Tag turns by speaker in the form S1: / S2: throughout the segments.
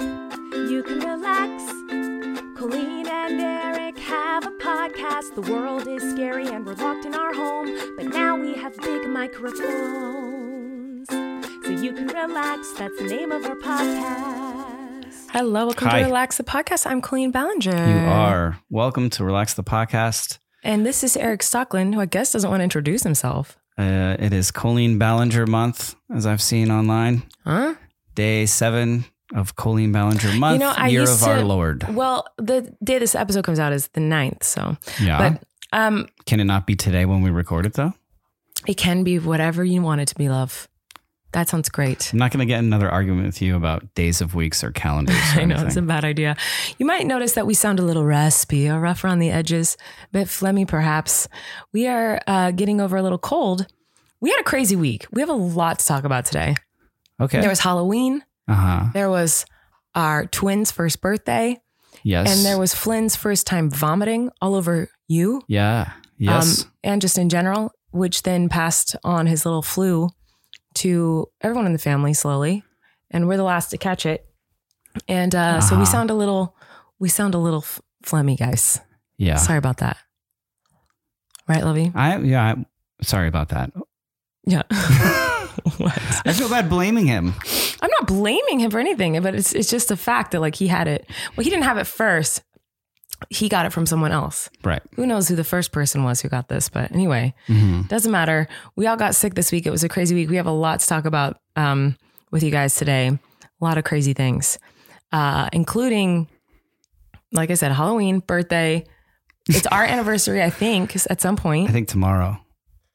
S1: You can relax. Colleen and Eric have a podcast. The world is scary and we're locked in our home, but now we have big microphones. So you can relax. That's the name of our podcast.
S2: Hello, welcome
S3: Hi.
S2: to Relax the Podcast. I'm Colleen Ballinger.
S3: You are. Welcome to Relax the Podcast.
S2: And this is Eric Stockland, who I guess doesn't want to introduce himself.
S3: Uh, it is Colleen Ballinger month, as I've seen online.
S2: Huh?
S3: Day seven of Colleen Ballinger month, year of our Lord.
S2: Well, the day this episode comes out is the 9th, so.
S3: Yeah.
S2: But um,
S3: Can it not be today when we record it, though?
S2: it can be whatever you want it to be, love. That sounds great.
S3: I'm not going to get another argument with you about days of weeks or calendars. Or
S2: I know it's a
S3: anything.
S2: bad idea. You might notice that we sound a little raspy, or rough around the edges, a bit phlegmy perhaps. We are uh, getting over a little cold. We had a crazy week. We have a lot to talk about today.
S3: okay.
S2: There was Halloween.
S3: uh huh.
S2: There was our twins' first birthday,
S3: Yes.
S2: and there was Flynn's first time vomiting all over you, um,
S3: Yeah. Yes.
S2: and just in general, which then passed on his little flu to everyone in the family slowly, and we're the last to catch it, and uh, so
S3: Uh-huh.
S2: we sound a little, we sound a little f- phlegmy, guys.
S3: yeah.
S2: Sorry about that. Right, Lovey?
S3: I yeah. I'm sorry about that.
S2: Yeah. what?
S3: I feel bad blaming him.
S2: I'm not blaming him for anything, but it's it's just a fact that like he had it. Well, he didn't have it first. He got it from someone else.
S3: Right.
S2: Who knows who the first person was who got this? But anyway,
S3: hmm
S2: doesn't matter. We all got sick this week. It was a crazy week. We have a lot to talk about um, with you guys today. A lot of crazy things, uh, including, like I said, Halloween, birthday. It's our anniversary, I think, at some
S3: I
S2: point.
S3: think tomorrow.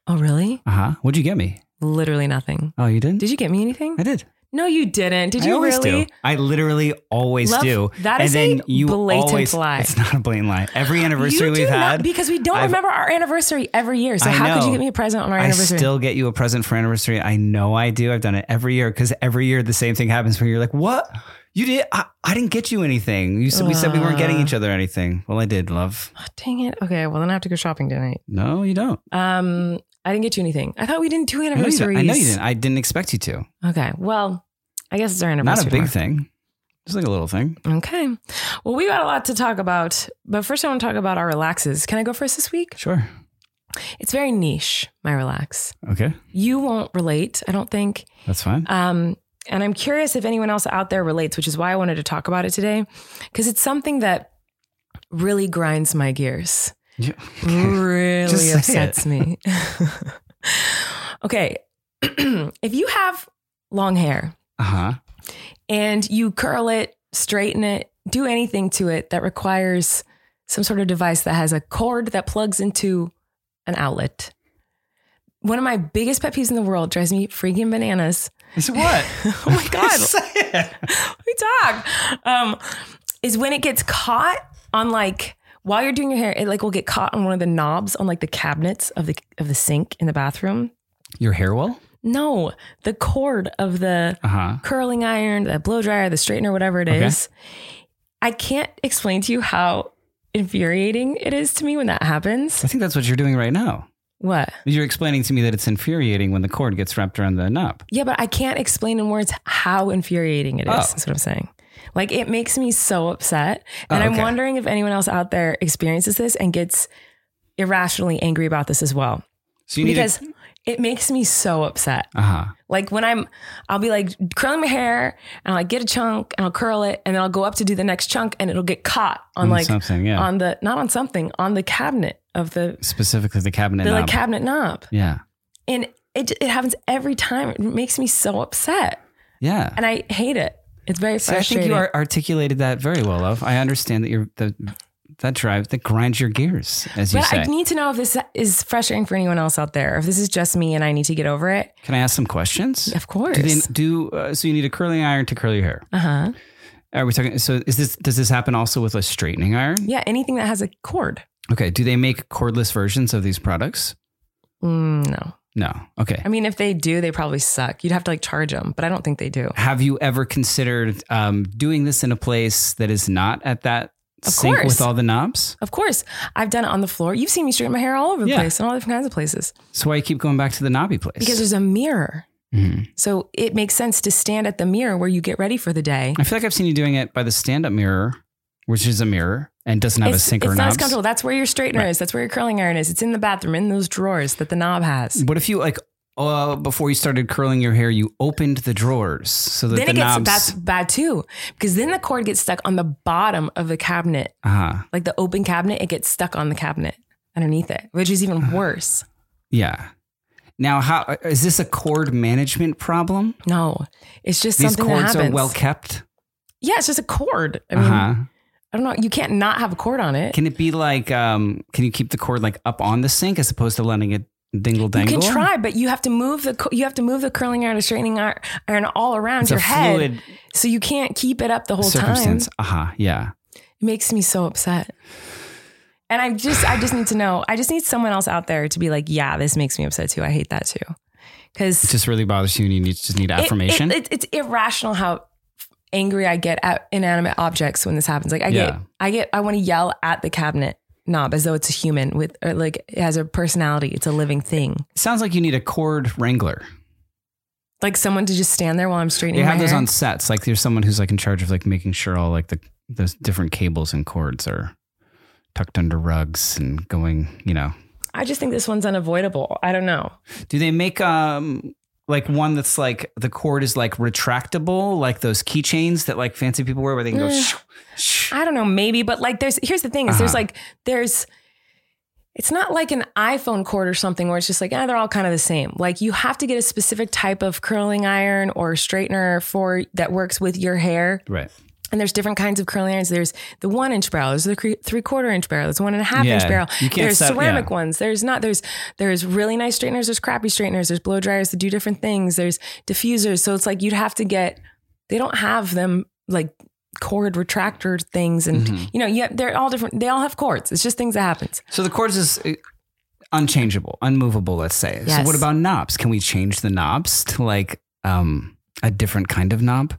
S2: Oh, really?
S3: Uh huh. What'd you get me?
S2: Literally nothing.
S3: Oh, you didn't.
S2: Did you get me anything?
S3: I did.
S2: No, you didn't. Did
S3: I
S2: you
S3: always
S2: really?
S3: Do. I literally always
S2: Love-
S3: do.
S2: that is a blatant lie.
S3: It's not a blatant lie. Every anniversary
S2: you do
S3: we've
S2: not-
S3: had,
S2: because we don't
S3: I've-
S2: remember our anniversary every year. So
S3: I
S2: how could
S3: know.
S2: you get me a present on our
S3: I
S2: anniversary?
S3: still get you a present for anniversary. I know I do. I've done it every year because every year the same thing happens where you're like, "What? You did? I, I didn't get you anything. You said we said we weren't getting
S2: Uh.
S3: each other anything. Well, I did, love.
S2: Oh, dang it. Okay, well then I have to go shopping tonight.
S3: No, you don't.
S2: Um, I didn't get you anything. I thought we didn't do
S3: I know you,
S2: anniversaries.
S3: don't. I know you didn't. I didn't expect you to.
S2: Okay, well, I guess it's our
S3: Not
S2: anniversary.
S3: a big
S2: tomorrow.
S3: thing. Just like a little thing.
S2: Okay, well we got a lot to talk about, but first I want to talk about our relaxes. Can I go first this week?
S3: Sure.
S2: It's very niche. My relax.
S3: Okay,
S2: You won't relate, I don't think.
S3: that's fine.
S2: Um, and I'm curious if anyone else out there relates, which is why I wanted to talk about it today, because it's something that really grinds my gears,
S3: Yeah. Just
S2: really
S3: say
S2: upsets
S3: it.
S2: me. okay. if you have long hair
S3: Uh huh.
S2: and you curl it, straighten it, do anything to it that requires some sort of device that has a cord that plugs into an outlet. One of my biggest pet peeves in the world drives me freaking bananas
S3: So what?
S2: oh my god
S3: Say it.
S2: we talk um is when it gets caught on like while you're doing your hair it like will get caught on one of the knobs on like the cabinets of the of the sink in the bathroom
S3: Your hair will?
S2: no the cord of the
S3: Uh huh.
S2: curling iron the blow dryer the straightener whatever it
S3: Okay.
S2: is i can't explain to you how infuriating it is to me when that happens
S3: I think that's what you're doing right now.
S2: what
S3: You're explaining to me that it's infuriating when the cord gets wrapped around the knob.
S2: Yeah, but I can't explain in words how infuriating it is.
S3: Oh.
S2: That's what I'm saying. Like it makes me so upset.
S3: Oh,
S2: And I'm
S3: okay.
S2: wondering if anyone else out there experiences this and gets irrationally angry about this as well.
S3: So you need
S2: because it makes me so upset.
S3: uh huh.
S2: Like when I'm, I'll be like curling my hair and I'll like get a chunk and I'll curl it and then I'll go up to do the next chunk and it'll get caught on,
S3: On
S2: like
S3: Mm, something, yeah.
S2: on the, not on something, on the cabinet of the,
S3: Specifically the cabinet
S2: the
S3: knob.
S2: like cabinet knob.
S3: yeah.
S2: And it, it happens every time. It makes me so upset
S3: Yeah.
S2: and I hate it. It's very
S3: See, I
S2: frustrating.
S3: think you are articulated that very well, love. I understand that you're the that drive that grinds your gears, as you
S2: But
S3: say.
S2: I need to know if this is frustrating for anyone else out there. If this is just me and I need to get over it.
S3: Can I ask some questions?
S2: Of course.
S3: Do, they, do uh, so you need a curling iron to curl your hair.
S2: uh huh.
S3: Are we talking? So is this does this happen also with a straightening iron?
S2: Yeah, anything that has a cord.
S3: Okay. Do they make cordless versions of these products?
S2: Mm, no.
S3: No. Okay.
S2: I mean, if they do, they probably suck. You'd have to like charge them, but I don't think they do.
S3: Have you ever considered um, doing this in a place that is not at that
S2: Of
S3: sink
S2: course.
S3: with all the knobs?
S2: Of course, I've done it on the floor. You've seen me straighten my hair all over the
S3: Yeah.
S2: place and all different kinds of places
S3: So why you keep going back to the knobby place?
S2: because there's a mirror.
S3: Mhm.
S2: So it makes sense to stand at the mirror where you get ready for the day.
S3: I feel like I've seen you doing it by the stand-up mirror, which is a mirror and doesn't have
S2: it's,
S3: a sink
S2: it's
S3: or
S2: not
S3: knobs.
S2: as comfortable. That's where your straightener
S3: Right.
S2: is. That's where your curling iron is. It's in the bathroom, in those drawers that the knob has.
S3: What if you like uh, before you started curling your hair, you opened the drawers so that
S2: Then
S3: the
S2: it gets
S3: knobs.
S2: that's bad too, because then the cord gets stuck on the bottom of the cabinet,
S3: uh-huh.
S2: like the open cabinet. It gets stuck on the cabinet underneath it, which is even worse.
S3: Yeah. Now, how uh, is this a cord management problem?
S2: No, it's just
S3: These
S2: something
S3: cords
S2: that happens.
S3: are well kept.
S2: yeah, it's just a cord. I
S3: Uh
S2: mean,
S3: huh.
S2: I don't know. You can't not have a cord on it.
S3: Can it be like? Um, can you keep the cord like up on the sink as opposed to letting it dingle dangle?
S2: You can try, but you have to move the co- you have to move the curling iron, or straightening ir- iron all around
S3: It's
S2: your
S3: a
S2: head,
S3: fluid
S2: so you can't keep it up the whole time.
S3: circumstance. Uh huh. Yeah.
S2: It makes me so upset. And I just I just need to know. I just need someone else out there to be like, yeah, this makes me upset too. I hate that too. Cuz
S3: It just really bothers you, and you need, just need affirmation.
S2: It, it, it's irrational how angry I get at inanimate objects when this happens. Like I get,
S3: Yeah.
S2: I get, I want to yell at the cabinet knob as though it's a human with, or like it has a personality. It's a living thing.
S3: Sounds like you need a cord wrangler.
S2: Like someone to just stand there while I'm straightening.
S3: They have
S2: my
S3: those
S2: hair.
S3: on sets. Like there's someone who's like in charge of like making sure all like the those different cables and cords are tucked under rugs and going. You know,
S2: I just think this one's unavoidable. I don't know.
S3: do they make um like one that's like the cord is like retractable, like those keychains that like fancy people wear where they can go.
S2: Eh.
S3: shoo, shoo.
S2: I don't know. Maybe, but like, there's here's the thing: is there's
S3: Uh-huh.
S2: like there's. It's not like an iPhone cord or something where it's just like, ah, they're all kind of the same. Like you have to get a specific type of curling iron or straightener for that works with your hair.
S3: Right.
S2: And there's different kinds of curling irons. There's the one inch barrel. There's the cre- three quarter inch barrel. There's one and a half
S3: Yeah.
S2: inch barrel.
S3: You can't
S2: There's
S3: set-
S2: ceramic
S3: yeah.
S2: ones. There's not. There's there's really nice straighteners. There's crappy straighteners. There's blow dryers that do different things. There's diffusers. So it's like you'd have to get. They don't have them like cord retractor things, and
S3: Mm-hmm.
S2: you know, yeah, they're all different. They all have cords. It's just things that happens.
S3: So the cords is uh, unchangeable, unmovable. Let's say. So
S2: Yes.
S3: what about knobs? Can we change the knobs to like um a different kind of knob?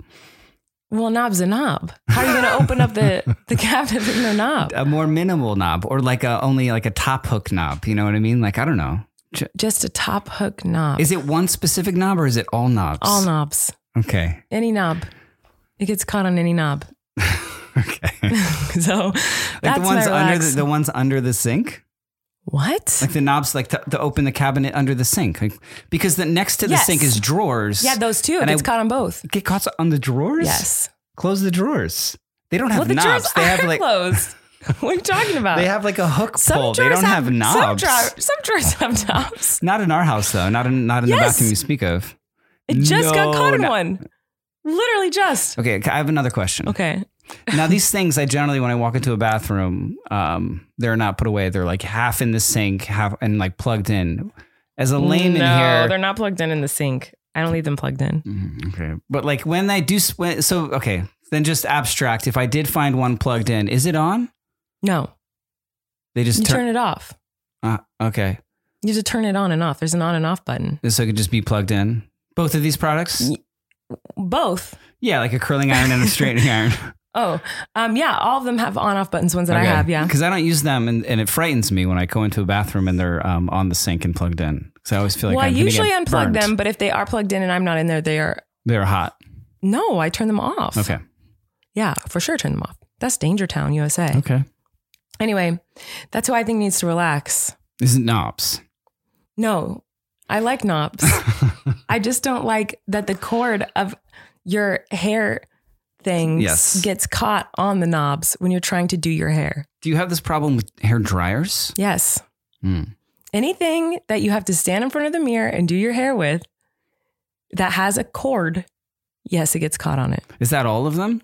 S2: Well, a knob's a knob. How are you going to open up the the cabinet with no knob?
S3: a more minimal knob or like a only like a top hook knob. You know what I mean? Like I don't know. J-
S2: Just a top hook knob.
S3: Is it one specific knob or is it all knobs?
S2: all knobs?
S3: Okay.
S2: Any knob. It gets caught on any knob.
S3: Okay.
S2: so
S3: like
S2: that's
S3: the ones
S2: my
S3: under
S2: relax.
S3: the, the ones under the sink,
S2: what?
S3: like the knobs, like to, to open the cabinet under the sink, like, because the next to the
S2: Yes.
S3: sink is drawers.
S2: yeah, those two. It
S3: And I-
S2: gets caught on both.
S3: get caught on the drawers.
S2: Yes.
S3: Close the drawers. They don't have
S2: well, the
S3: knobs.
S2: drawers
S3: they
S2: are
S3: have like
S2: closed. what are you talking about?
S3: they have like a hook pull. They
S2: drawers
S3: don't have, knobs.
S2: Some, drawer- some drawers have knobs.
S3: Not in our house though. Not in not in the
S2: Yes.
S3: bathroom you speak of.
S2: It just got caught in
S3: No, no.
S2: one. Literally just.
S3: Okay, I have another question.
S2: Okay.
S3: now these things i generally when i walk into a bathroom um, they're not put away they're like half in the sink half and like plugged in as a layman
S2: no,
S3: here
S2: they're not plugged in in the sink. I don't leave them plugged in.
S3: Mhm, okay but like when i do s- when, so okay then just abstract if i did find one plugged in is it on
S2: No,
S3: they just
S2: you
S3: turn,
S2: turn it off.
S3: uh, okay
S2: You have to turn it on and off. There's an on and off button.
S3: so it could just be plugged in both of these products
S2: Ye- Both.
S3: yeah like a curling iron and a straightening iron
S2: Oh, um, yeah. All of them have on off buttons. Ones that I have. Yeah.
S3: because i don't use them and, and it frightens me when i go into a bathroom and they're um, on the sink and plugged in because i always feel like
S2: well,
S3: I'm
S2: I
S3: gonna
S2: usually
S3: get
S2: unplug
S3: burnt.
S2: them, but if they are plugged in and I'm not in there, they are.
S3: they're hot
S2: No, I turn them off.
S3: okay
S2: Yeah, for sure, turn them off. That's Danger Town, USA.
S3: okay
S2: Anyway, that's who I think needs to relax.
S3: This is knobs.
S2: No, I like knobs. I just don't like that the cord of your hair thing
S3: Yes.
S2: gets caught on the knobs when you're trying to do your hair.
S3: Do you have this problem with hair dryers?
S2: Yes.
S3: Hmm.
S2: Anything that you have to stand in front of the mirror and do your hair with that has a cord, yes, it gets caught on it.
S3: Is that all of them?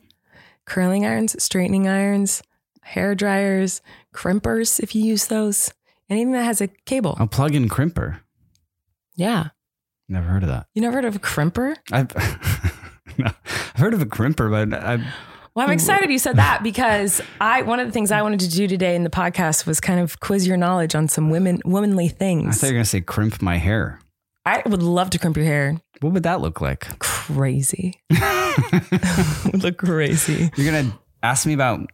S2: curling irons, straightening irons, hair dryers, crimpers if you use those. Anything that has a cable.
S3: A plug-in crimper.
S2: Yeah.
S3: Never heard of that.
S2: You never heard of a crimper?
S3: I've, No, I've heard of a crimper, but I
S2: Well, I'm excited you said that because I one of the things I wanted to do today in the podcast was kind of quiz your knowledge on some women womanly
S3: I
S2: things.
S3: thought you were going to say crimp my hair.
S2: I would love to crimp your hair.
S3: What would that look like?
S2: Crazy. Look crazy.
S3: You're going to ask me about.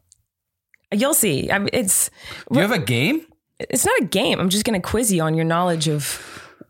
S2: You'll see. I mean, it's
S3: Do you have a game?
S2: it's not a game. I'm just going to quiz you on your knowledge of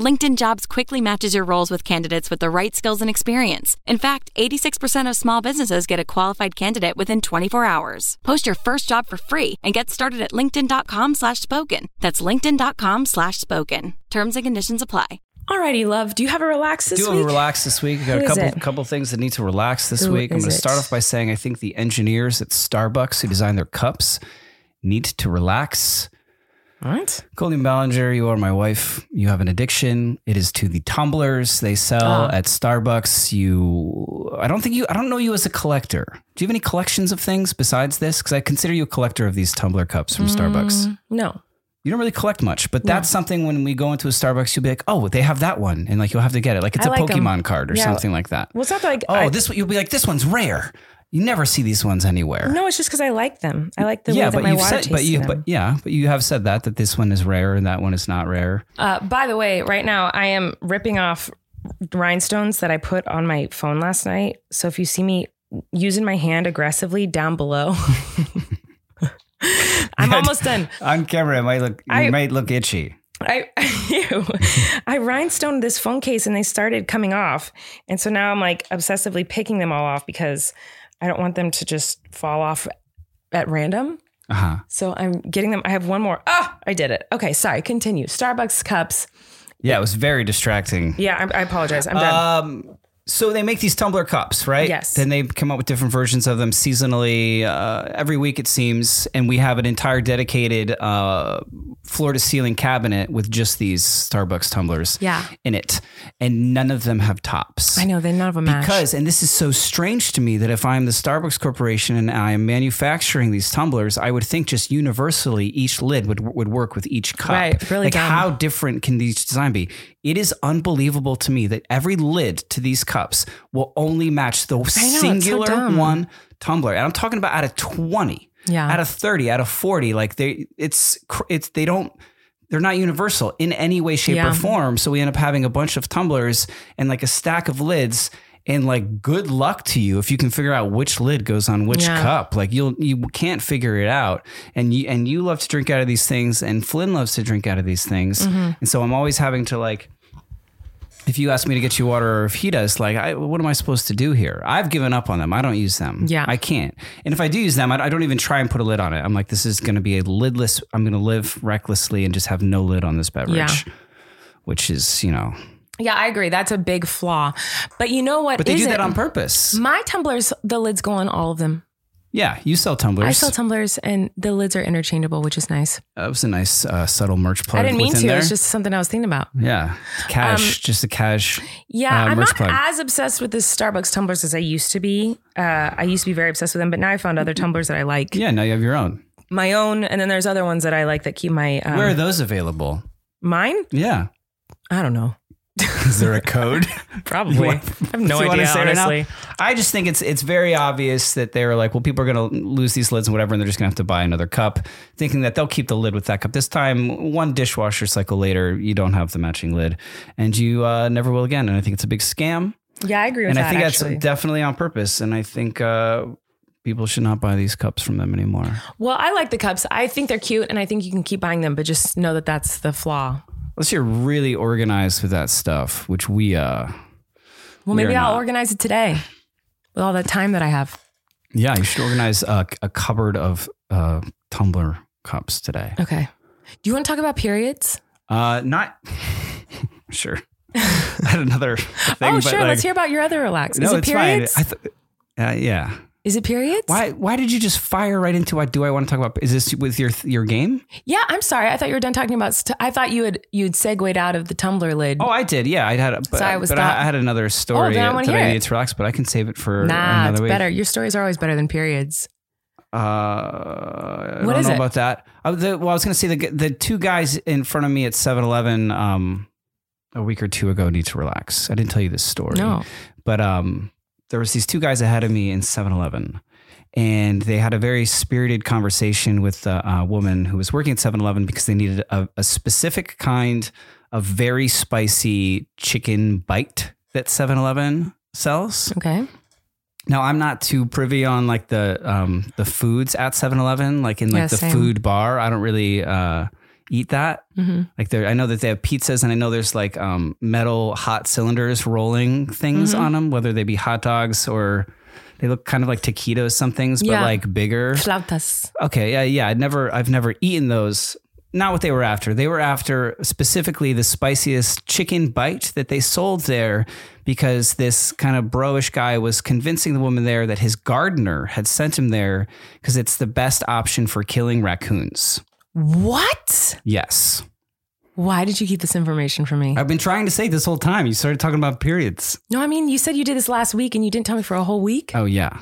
S4: LinkedIn Jobs quickly matches your roles with candidates with the right skills and experience. In fact, 86% of small businesses get a qualified candidate within 24 hours. Post your first job for free and get started at linkedin.com slash spoken. That's linkedin.com slash spoken. Terms and conditions apply.
S2: Alrighty, love. Do you have a relax this
S3: Do
S2: week?
S3: a relax this week. I got
S2: Who
S3: a
S2: is
S3: couple
S2: it?
S3: couple things that need to relax this
S2: Who
S3: week. I'm
S2: is
S3: going
S2: it?
S3: to start off by saying I think the engineers at Starbucks who design their cups need to relax.
S2: All right.
S3: Colleen Ballinger, you are my wife. You have an addiction. It is to the tumblers they sell
S2: Ah.
S3: at Starbucks. You, I don't think you, I don't know you as a collector. Do you have any collections of things besides this? Because I consider you a collector of these tumbler cups from
S2: Mm.
S3: Starbucks.
S2: No.
S3: You don't really collect much, but that's something when we go into a Starbucks, you'll be like, oh, they have that one. And like, you'll have to get it. Like it's
S2: I
S3: a
S2: like 'em.
S3: Pokemon card or
S2: Yeah.
S3: something like that.
S2: Well, it's not that like
S3: Oh,
S2: I,
S3: this one, you'll be like, this one's rare. You never see these ones anywhere.
S2: No, it's just because I like them. I like the way that my
S3: you've
S2: water
S3: said,
S2: tastes
S3: but you,
S2: to them.
S3: but yeah, but you have said that, that this one is rare and that one is not rare.
S2: Uh, by the way, right now I am ripping off rhinestones that I put on my phone last night. So if you see me using my hand aggressively down below, I'm almost done.
S3: On camera, it might look, it
S2: I-
S3: might look itchy.
S2: I ew. I rhinestoned this phone case and they started coming off, and so now I'm like obsessively picking them all off because I don't want them to just fall off at random.
S3: Uh huh.
S2: So I'm getting them. I have one more. Ah, I did it. Okay, sorry. Continue. Starbucks cups.
S3: Yeah, it was very distracting.
S2: Yeah, I, I apologize. I'm done.
S3: Um, so they make these tumbler cups, right?
S2: Yes.
S3: Then they come up with different versions of them seasonally, uh, every week it seems, and we have an entire dedicated uh, floor to ceiling cabinet with just these Starbucks tumblers,
S2: Yeah.
S3: in it, and none of them have tops.
S2: I know they none of them match.
S3: Because, and this is so strange to me that if I'm the Starbucks Corporation and I am manufacturing these tumblers, I would think just universally each lid would would work with each cup.
S2: Right, really
S3: Like
S2: dumb.
S3: how different can these design be? It is unbelievable to me that every lid to these cups will only match the
S2: so
S3: singular
S2: dumb.
S3: one tumbler, and I'm talking about out of twenty,
S2: Yeah.
S3: out of thirty, out of forty. Like they, it's cr- it's they don't. They're not universal in any way, shape,
S2: Yeah.
S3: or form. So we end up having a bunch of tumblers and like a stack of lids. And like, good luck to you if you can figure out which lid goes on which
S2: Yeah.
S3: cup. Like, you'll you can't figure it out. And you and you love to drink out of these things, and Flynn loves to drink out of these things.
S2: Mm-hmm.
S3: And so I'm always having to like if you ask me to get you water or if he does, like, I, what am I supposed to do here? I've given up on them. I don't use them.
S2: Yeah.
S3: I can't. And if I do use them, I, I don't even try and put a lid on it. I'm like, this is going to be a lidless, I'm going to live recklessly and just have no lid on this beverage,
S2: Yeah.
S3: which is, you know,
S2: Yeah, I agree. That's a big flaw. But you know what?
S3: but they do
S2: isn't?
S3: that on purpose.
S2: My tumblers, the lids go on all of them.
S3: Yeah. You sell tumblers.
S2: I sell tumblers and the lids are interchangeable, which is nice.
S3: that was a nice, uh, subtle merch plug.
S2: I didn't mean
S3: within
S2: to.
S3: There.
S2: It's just Um, something I was thinking about.
S3: yeah. Cash, just a cash.
S2: Yeah,
S3: Uh,
S2: I'm
S3: merch
S2: not
S3: plug.
S2: as obsessed with the Starbucks tumblers as I used to be. Uh, I used to be very obsessed with them, but now I found other tumblers that I like.
S3: Yeah. Now you have your own.
S2: My own, and then there's other ones that I like that keep my um,
S3: Where are those available?
S2: mine.
S3: Yeah.
S2: I don't know.
S3: Is there a code?
S2: Probably. I have no
S3: If you wanna
S2: idea.
S3: say right now.
S2: Honestly,
S3: I just think it's it's very obvious that they were like, well, people are going to lose these lids and whatever, and they're just going to have to buy another cup, thinking that they'll keep the lid with that cup. This time, one dishwasher cycle later, you don't have the matching lid, and you uh, never will again. And I think it's a big scam,
S2: yeah, I agree with
S3: and
S2: that.
S3: I think
S2: actually.
S3: that's definitely on purpose. And I think uh, people should not buy these cups from them anymore.
S2: Well, I like the cups. I think they're cute and I think you can keep buying them, but just know that that's the flaw.
S3: Unless you're really organized with that stuff, which we uh,
S2: Well,
S3: We
S2: maybe
S3: are
S2: I'll
S3: not.
S2: organize it today with all that time that I have.
S3: yeah, you should organize a, a cupboard of uh, tumbler cups today.
S2: Okay. Do you want to talk about periods?
S3: Uh, not sure. I had another thing.
S2: oh,
S3: but
S2: sure.
S3: Like,
S2: Let's hear about your other relax.
S3: No,
S2: Is it
S3: it's
S2: periods?
S3: fine. I th- uh, yeah.
S2: Is it periods?
S3: Why? Why did you just fire right into what? Do I want to talk about? Is this with your your game?
S2: Yeah, I'm sorry. I thought you were done talking about. St- I thought you had you'd segued out of the Tumblr lid.
S3: Oh, I did. Yeah, I had. A, but
S2: So I was
S3: but
S2: thought-
S3: I, I had another story
S2: then I wanna
S3: that
S2: hear
S3: I
S2: it.
S3: needed to relax. But I can save it for
S2: nah,
S3: another
S2: it's
S3: week.
S2: better. Your stories are always better than periods.
S3: Uh, I
S2: What
S3: don't
S2: is
S3: know
S2: it?
S3: about that. Uh, the, well, I was going to say the g- the two guys in front of me at 7-Eleven um, a week or two ago need to relax. I didn't tell you this story.
S2: No.
S3: but um, there was these two guys ahead of me in 7-Eleven. And they had a very spirited conversation with a, a woman who was working at 7-Eleven because they needed a, a specific kind of very spicy chicken bite that 7-Eleven sells.
S2: Okay.
S3: Now I'm not too privy on like the um the foods at 7-Eleven, like in like
S2: Yeah,
S3: the
S2: same.
S3: food bar. I don't really uh eat that.
S2: hmm
S3: Like there I know that they have pizzas and I know there's like um metal hot cylinders rolling things
S2: Mm-hmm.
S3: on 'em, on them, whether they be hot dogs or they look kind of like taquitos some things, but
S2: Yeah.
S3: like bigger.
S2: Flautas.
S3: Okay, yeah, yeah. I'd never I've never eaten those. Not what they were after. They were after specifically the spiciest chicken bite that they sold there because this kind of bro-ish guy was convincing the woman there that his gardener had sent him there because it's the best option for killing raccoons.
S2: What?
S3: Yes.
S2: Why did you keep this information from me?
S3: I've been trying to say this whole time. You started talking about periods.
S2: no, I mean you said you did this last week and you didn't tell me for a whole week.
S3: Oh yeah.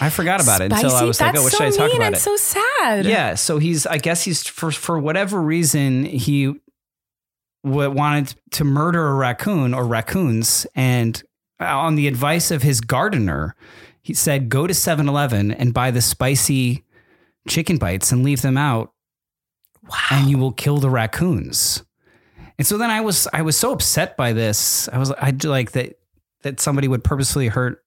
S3: I forgot about it until I
S2: Spicy?
S3: was like,
S2: That's
S3: oh, what
S2: so
S3: should I talk
S2: mean
S3: about?
S2: and
S3: it?
S2: so sad.
S3: Yeah, so he's I guess he's for for whatever reason he w- wanted to murder a raccoon or raccoons and uh, on the advice of his gardener he said go to 7-Eleven and buy the spicy chicken bites and leave them out and you will kill the raccoons. And so then I was I was so upset by this. I was I like that that somebody would purposely hurt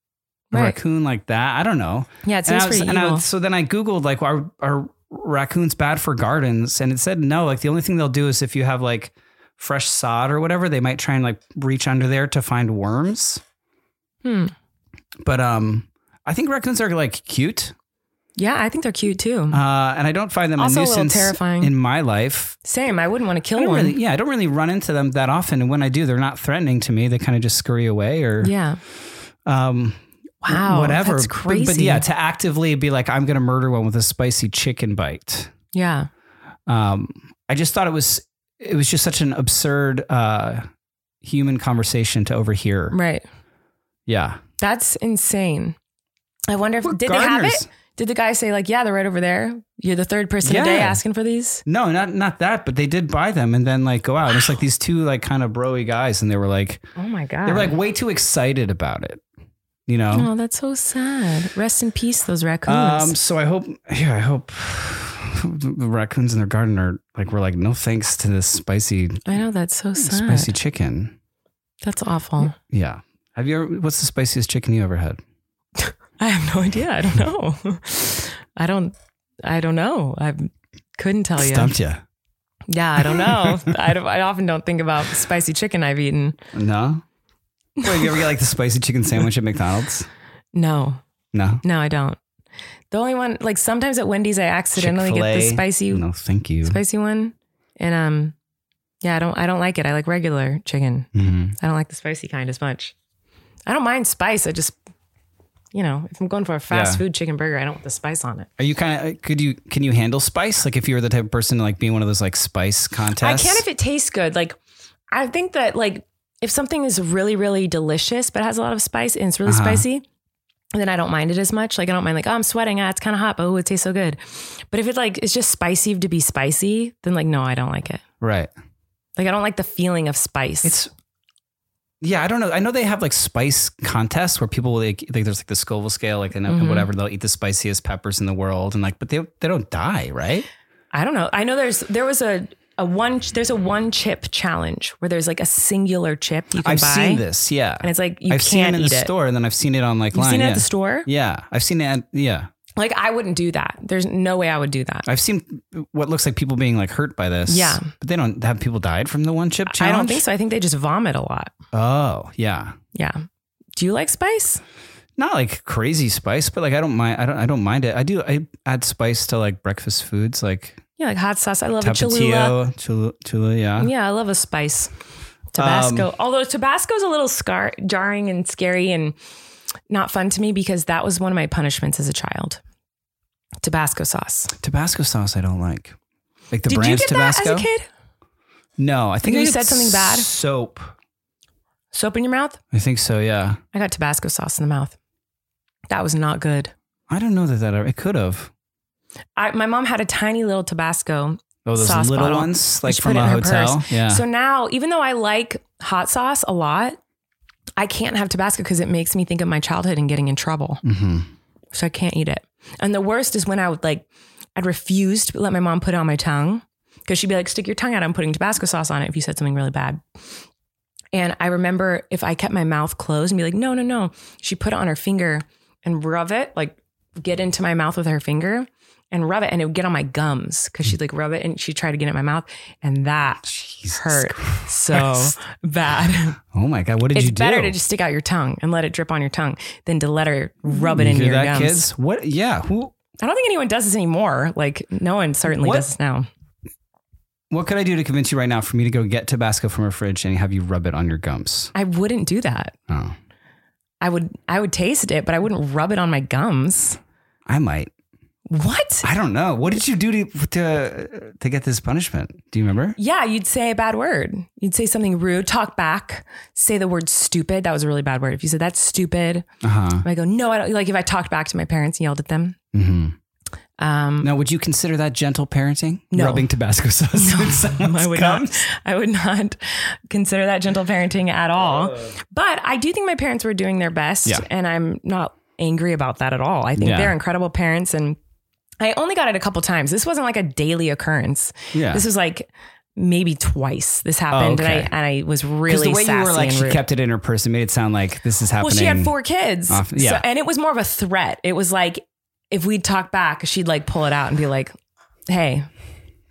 S3: a
S2: Right.
S3: raccoon like that. I don't know
S2: Yeah, it
S3: and
S2: seems
S3: I was-
S2: pretty
S3: and I
S2: evil.
S3: was- so then I googled like are are raccoons bad for gardens, and it said no. Like the only thing they'll do is if you have like fresh sod or whatever, they might try and like reach under there to find worms.
S2: Hmm.
S3: But um, I think raccoons are like cute,
S2: Yeah, I think they're cute too.
S3: uh, and I don't find them
S2: Hmm. Also a
S3: a
S2: little
S3: nuisance
S2: terrifying.
S3: in my life.
S2: Same. I wouldn't want to
S3: I
S2: kill
S3: don't
S2: one.
S3: really, yeah, I don't really run into them that often, and when I do, they're not threatening to me. They kind of just scurry away or
S2: yeah.
S3: um,
S2: Wow.
S3: whatever.
S2: That's
S3: But-
S2: crazy.
S3: but yeah, to actively be like, I'm going to murder one with a spicy chicken bite.
S2: yeah.
S3: um, I just thought it was it was just such an absurd uh, human conversation to overhear.
S2: Right.
S3: Yeah,
S2: That's insane. I wonder if
S3: We're
S2: did they have it?
S3: gardeners.
S2: Did the guy say like, "Yeah, they're right over there. You're the third person
S3: Yeah.
S2: today asking for these."
S3: no, not not that, but they did buy them and then like go out. And it's like these two like kind of broy guys, and they were like
S2: Oh my god.
S3: they were like way too excited about it, you know.
S2: "Oh, that's so sad. Rest in peace, those raccoons."
S3: Um, so I hope, yeah, I hope the raccoons in their garden are like we're like no thanks to this spicy
S2: I know that's so sad.
S3: spicy chicken.
S2: That's awful.
S3: Yeah, have you ever? What's the spiciest chicken you ever had?
S2: I have no idea. I don't know. I don't. I don't know. I couldn't tell you.
S3: Stumped you?
S2: Yeah, I don't know. I, don't- I often don't think about spicy chicken I've eaten.
S3: No. Wait, you ever get like the spicy chicken sandwich at McDonald's?
S2: No,
S3: No.
S2: no, I don't. The only one, like sometimes at Wendy's, I accidentally get the
S3: Chick-fil-A?
S2: spicy
S3: No, thank you.
S2: spicy one. And um yeah, I don't I don't like it. I like regular chicken.
S3: Mhm.
S2: I don't like the spicy kind as much. I don't mind spice. I just you know, if I'm going for a fast
S3: Yeah.
S2: food chicken burger, I don't want the spice on it.
S3: Are you kind of could you can you handle spice? Like if you were the type of person to like be in one of those like spice contests?
S2: I can if it tastes good. Like I think that like if something is really really delicious but has a lot of spice and it's really
S3: Uh-huh.
S2: spicy, then I don't mind it as much. Like I don't mind like oh I'm sweating, ah it's kind of hot, but oh it tastes so good. But if it like it's just spicy to be spicy, then like no, I don't like it.
S3: right.
S2: Like I don't like the feeling of spice.
S3: It's yeah, I don't know. I know they have like spice contests where people like, like there's like the Scoville scale, like and
S2: Mhm.
S3: whatever. They'll eat the spiciest peppers in the world, and like, but they they don't die, right?
S2: I don't know. I know there's there was a a one there's a one chip challenge where there's like a singular chip you can
S3: I've
S2: buy.
S3: seen this, yeah.
S2: And it's like you
S3: I've
S2: can't
S3: seen it in
S2: eat
S3: the
S2: it.
S3: store, and then I've seen it on like
S2: You've
S3: line.
S2: seen it
S3: yeah.
S2: at the store?
S3: Yeah, I've seen it. At, yeah,
S2: Like I wouldn't do that. There's no way I would do that.
S3: I've seen what looks like people being like hurt by this.
S2: Yeah.
S3: But they don't have people died from the one chip
S2: I
S3: challenge.
S2: don't think so. I think they just vomit a lot.
S3: Oh, yeah.
S2: Yeah. Do you like spice?
S3: Not like crazy spice, but like I don't mind I don't I don't mind it. I do I add spice to like breakfast foods like
S2: Yeah, like hot sauce. I love a Cholula.
S3: tapatio, chula, chula yeah.
S2: Yeah, I love a
S3: Um,
S2: spice. Tabasco. Although Tabasco's a little scar jarring and scary and not fun to me because that was one of my punishments as a child. Tabasco sauce.
S3: Tabasco sauce I don't like. Like the
S2: Did you
S3: brand's
S2: get
S3: Tabasco.
S2: that as a kid?
S3: No, I think
S2: You
S3: I got
S2: said something bad?
S3: Soap.
S2: Soap in your mouth?
S3: I think so. Yeah.
S2: I got Tabasco sauce in the mouth. That was not good.
S3: I don't know that that it could have.
S2: I, my mom had a tiny little Tabasco
S3: Oh, those
S2: sauce
S3: little
S2: bottle.
S3: ones, like
S2: She
S3: from
S2: put it
S3: a
S2: in her purse.
S3: hotel. Yeah.
S2: So now, even though I like hot sauce a lot, I can't have Tabasco because it makes me think of my childhood and getting in trouble.
S3: Mhm.
S2: So I can't eat it. And the worst is when I would like, I'd refuse to let my mom put it on my tongue because she'd be like, stick your tongue out. I'm putting Tabasco sauce on it if you said something really bad. And I remember if I kept my mouth closed and be like, no, no, no, she put it on her finger and rub it, like get into my mouth with her finger and rub it and it would get on my gums because she'd like rub it and she'd try to get it in my mouth. And that hurt so bad.
S3: Oh my God. What did
S2: it's
S3: you do?
S2: better to just stick out your tongue and let it drip on your tongue than to let her rub it
S3: you
S2: in
S3: hear
S2: your
S3: that,
S2: gums.
S3: kids? What? Yeah. Who?
S2: I don't think anyone does this anymore. Like no one certainly
S3: What?
S2: does this now.
S3: What could I do to convince you right now for me to go get Tabasco from a fridge and have you rub it on your gums?
S2: I wouldn't do that.
S3: Oh,
S2: I would I would taste it, but I wouldn't rub it on my gums.
S3: I might.
S2: What?
S3: I don't know. What did you do to to to get this punishment? Do you remember?
S2: Yeah, you'd say a bad word. You'd say something rude, talk back, say the word stupid. That was a really bad word. If you said that's stupid,
S3: Uh huh.
S2: if I go, no, I don't like if I talked back to my parents and yelled at them.
S3: hmm
S2: Um
S3: Now, would you consider that gentle parenting?
S2: No.
S3: Rubbing Tabasco sauce in someone's
S2: I would
S3: gums.
S2: not. I would not consider that gentle parenting at all. But I do think my parents were doing their best,
S3: Yeah.
S2: and I'm not angry about that at all. I think
S3: Yeah.
S2: they're incredible parents, and I only got it a couple times. This wasn't like a daily occurrence.
S3: Yeah.
S2: This was like maybe twice this happened,
S3: okay.
S2: and I and I was
S3: 'Cause
S2: really
S3: the way
S2: sassy
S3: you were like,
S2: and
S3: she
S2: rude.
S3: kept it in her purse and made it sound like this is happening.
S2: Well, she had four kids.
S3: Off- yeah.
S2: So- and it was more of a threat. It was like if we'd talk back, she'd like pull it out and be like, "Hey,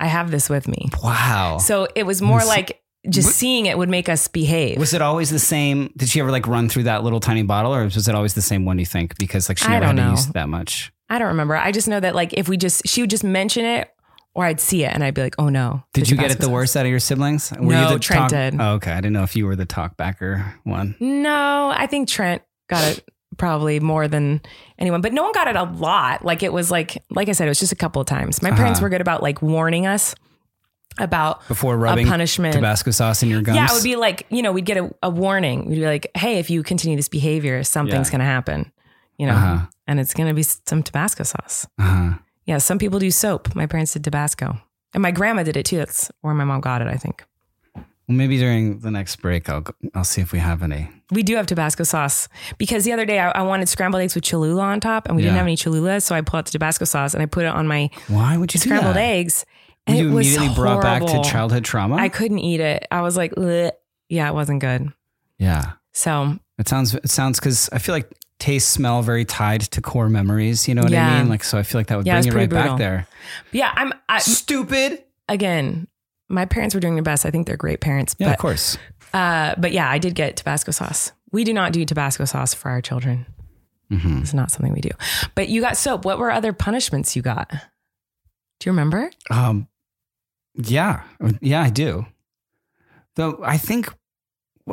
S2: I have this with me."
S3: Wow.
S2: So it was more like just seeing it would make us behave.
S3: Was it always the same? Did she ever like run through that little tiny bottle, or was it always the same one? You think because like she
S2: I
S3: never had
S2: don't
S3: to
S2: know.
S3: use it that much.
S2: I don't remember. I just know that like if we just she would just mention it or I'd see it and I'd be like, oh no.
S3: Did
S2: there's
S3: you get it
S2: Tabasco
S3: the
S2: sauce.
S3: worst out of your siblings? Were
S2: No,
S3: you the
S2: Trent
S3: talk-
S2: did.
S3: Oh, okay, I didn't know if you were the talkbacker one.
S2: No, I think Trent got it probably more than anyone, but no one got it a lot. Like it was like like I said, it was just a couple of times. My parents
S3: Uh-huh.
S2: were good about like warning us about
S3: Before rubbing
S2: a punishment.
S3: Tabasco sauce in your gums.
S2: Yeah, it would be like, you know, we'd get a, a warning. We'd be like, hey, if you continue this behavior, something's
S3: Yeah.
S2: going to happen, you know,
S3: Uh-huh.
S2: and it's going to be s- some Tabasco sauce.
S3: Uh-huh.
S2: Yeah, some people do soap. My parents did Tabasco. And my grandma did it too. That's where my mom got it, I think.
S3: Well, maybe during the next break, I'll go- I'll see if we have any.
S2: We do have Tabasco sauce because the other day I, I wanted scrambled eggs with Cholula on top and we didn't
S3: Yeah.
S2: have any Cholula. So I pulled out the Tabasco sauce and I put it on my
S3: Why would you do
S2: scrambled
S3: that?
S2: eggs.
S3: Were
S2: And
S3: you
S2: it was
S3: immediately brought back to
S2: horrible.
S3: childhood trauma.
S2: I couldn't eat it. I was like, "Bleh." yeah, it wasn't good.
S3: yeah,
S2: So
S3: it sounds it sounds because I feel like taste smell very tied to core memories. You know what I
S2: Yeah.
S3: mean? Like so, I feel like that would
S2: Yeah, it was
S3: bring you right
S2: pretty brutal.
S3: back there.
S2: yeah, I'm, I,
S3: Stupid.
S2: again, my parents were doing their best. I think they're great parents.
S3: Yeah, of
S2: but,
S3: course.
S2: uh, but yeah, I did get Tabasco sauce. We do not do Tabasco sauce for our children.
S3: Mhm.
S2: It's not something we do. But you got soap. What were other punishments you got? Do you remember?
S3: Um, yeah, yeah, I do. Though I think,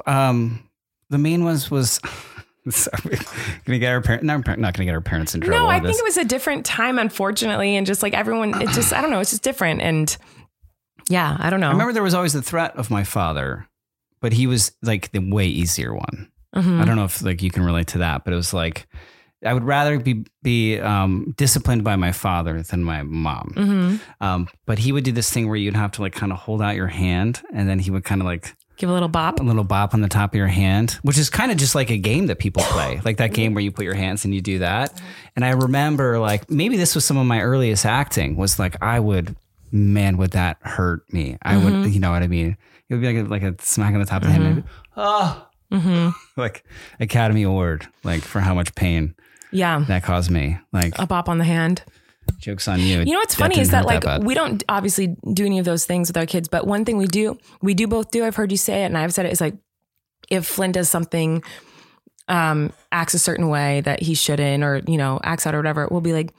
S3: um, the main ones was sorry, gonna get our parent. Not, not gonna get our parents in trouble.
S2: No, I
S3: with
S2: think
S3: this.
S2: it was a different time, unfortunately, and just like everyone, it just I don't know, it's just different. And yeah, I don't know.
S3: I remember there was always the threat of my father, but he was like the way easier one.
S2: Mhm.
S3: I don't know if like you can relate to that, but it was like I would rather be be um, disciplined by my father than my mom.
S2: Mhm.
S3: Um, but he would do this thing where you'd have to like kind of hold out your hand, and then he would kind of like
S2: Give a little bop.
S3: a little bop on the top of your hand, which is kind of just like a game that people play, like that game where you put your hands and you do that. And I remember like maybe this was some of my earliest acting was like I would, man, would that hurt me? I would,
S2: Mm-hmm.
S3: you know what I mean? It would be like a, like a smack on the top of the head, maybe,
S2: Mm-hmm.
S3: oh,
S2: Mhm.
S3: like Academy Award, like for how much pain
S2: Yeah,
S3: that caused me. Like
S2: a bop on the hand.
S3: jokes on you.
S2: Uh, You know what's funny is that
S3: didn't
S2: like
S3: hurt bad.
S2: we don't obviously do any of those things with our kids, but one thing we do, we do both do. I've heard you say it, and I've said it is like if Flynn does something, um, acts a certain way that he shouldn't, or you know, acts out or whatever, we'll be like,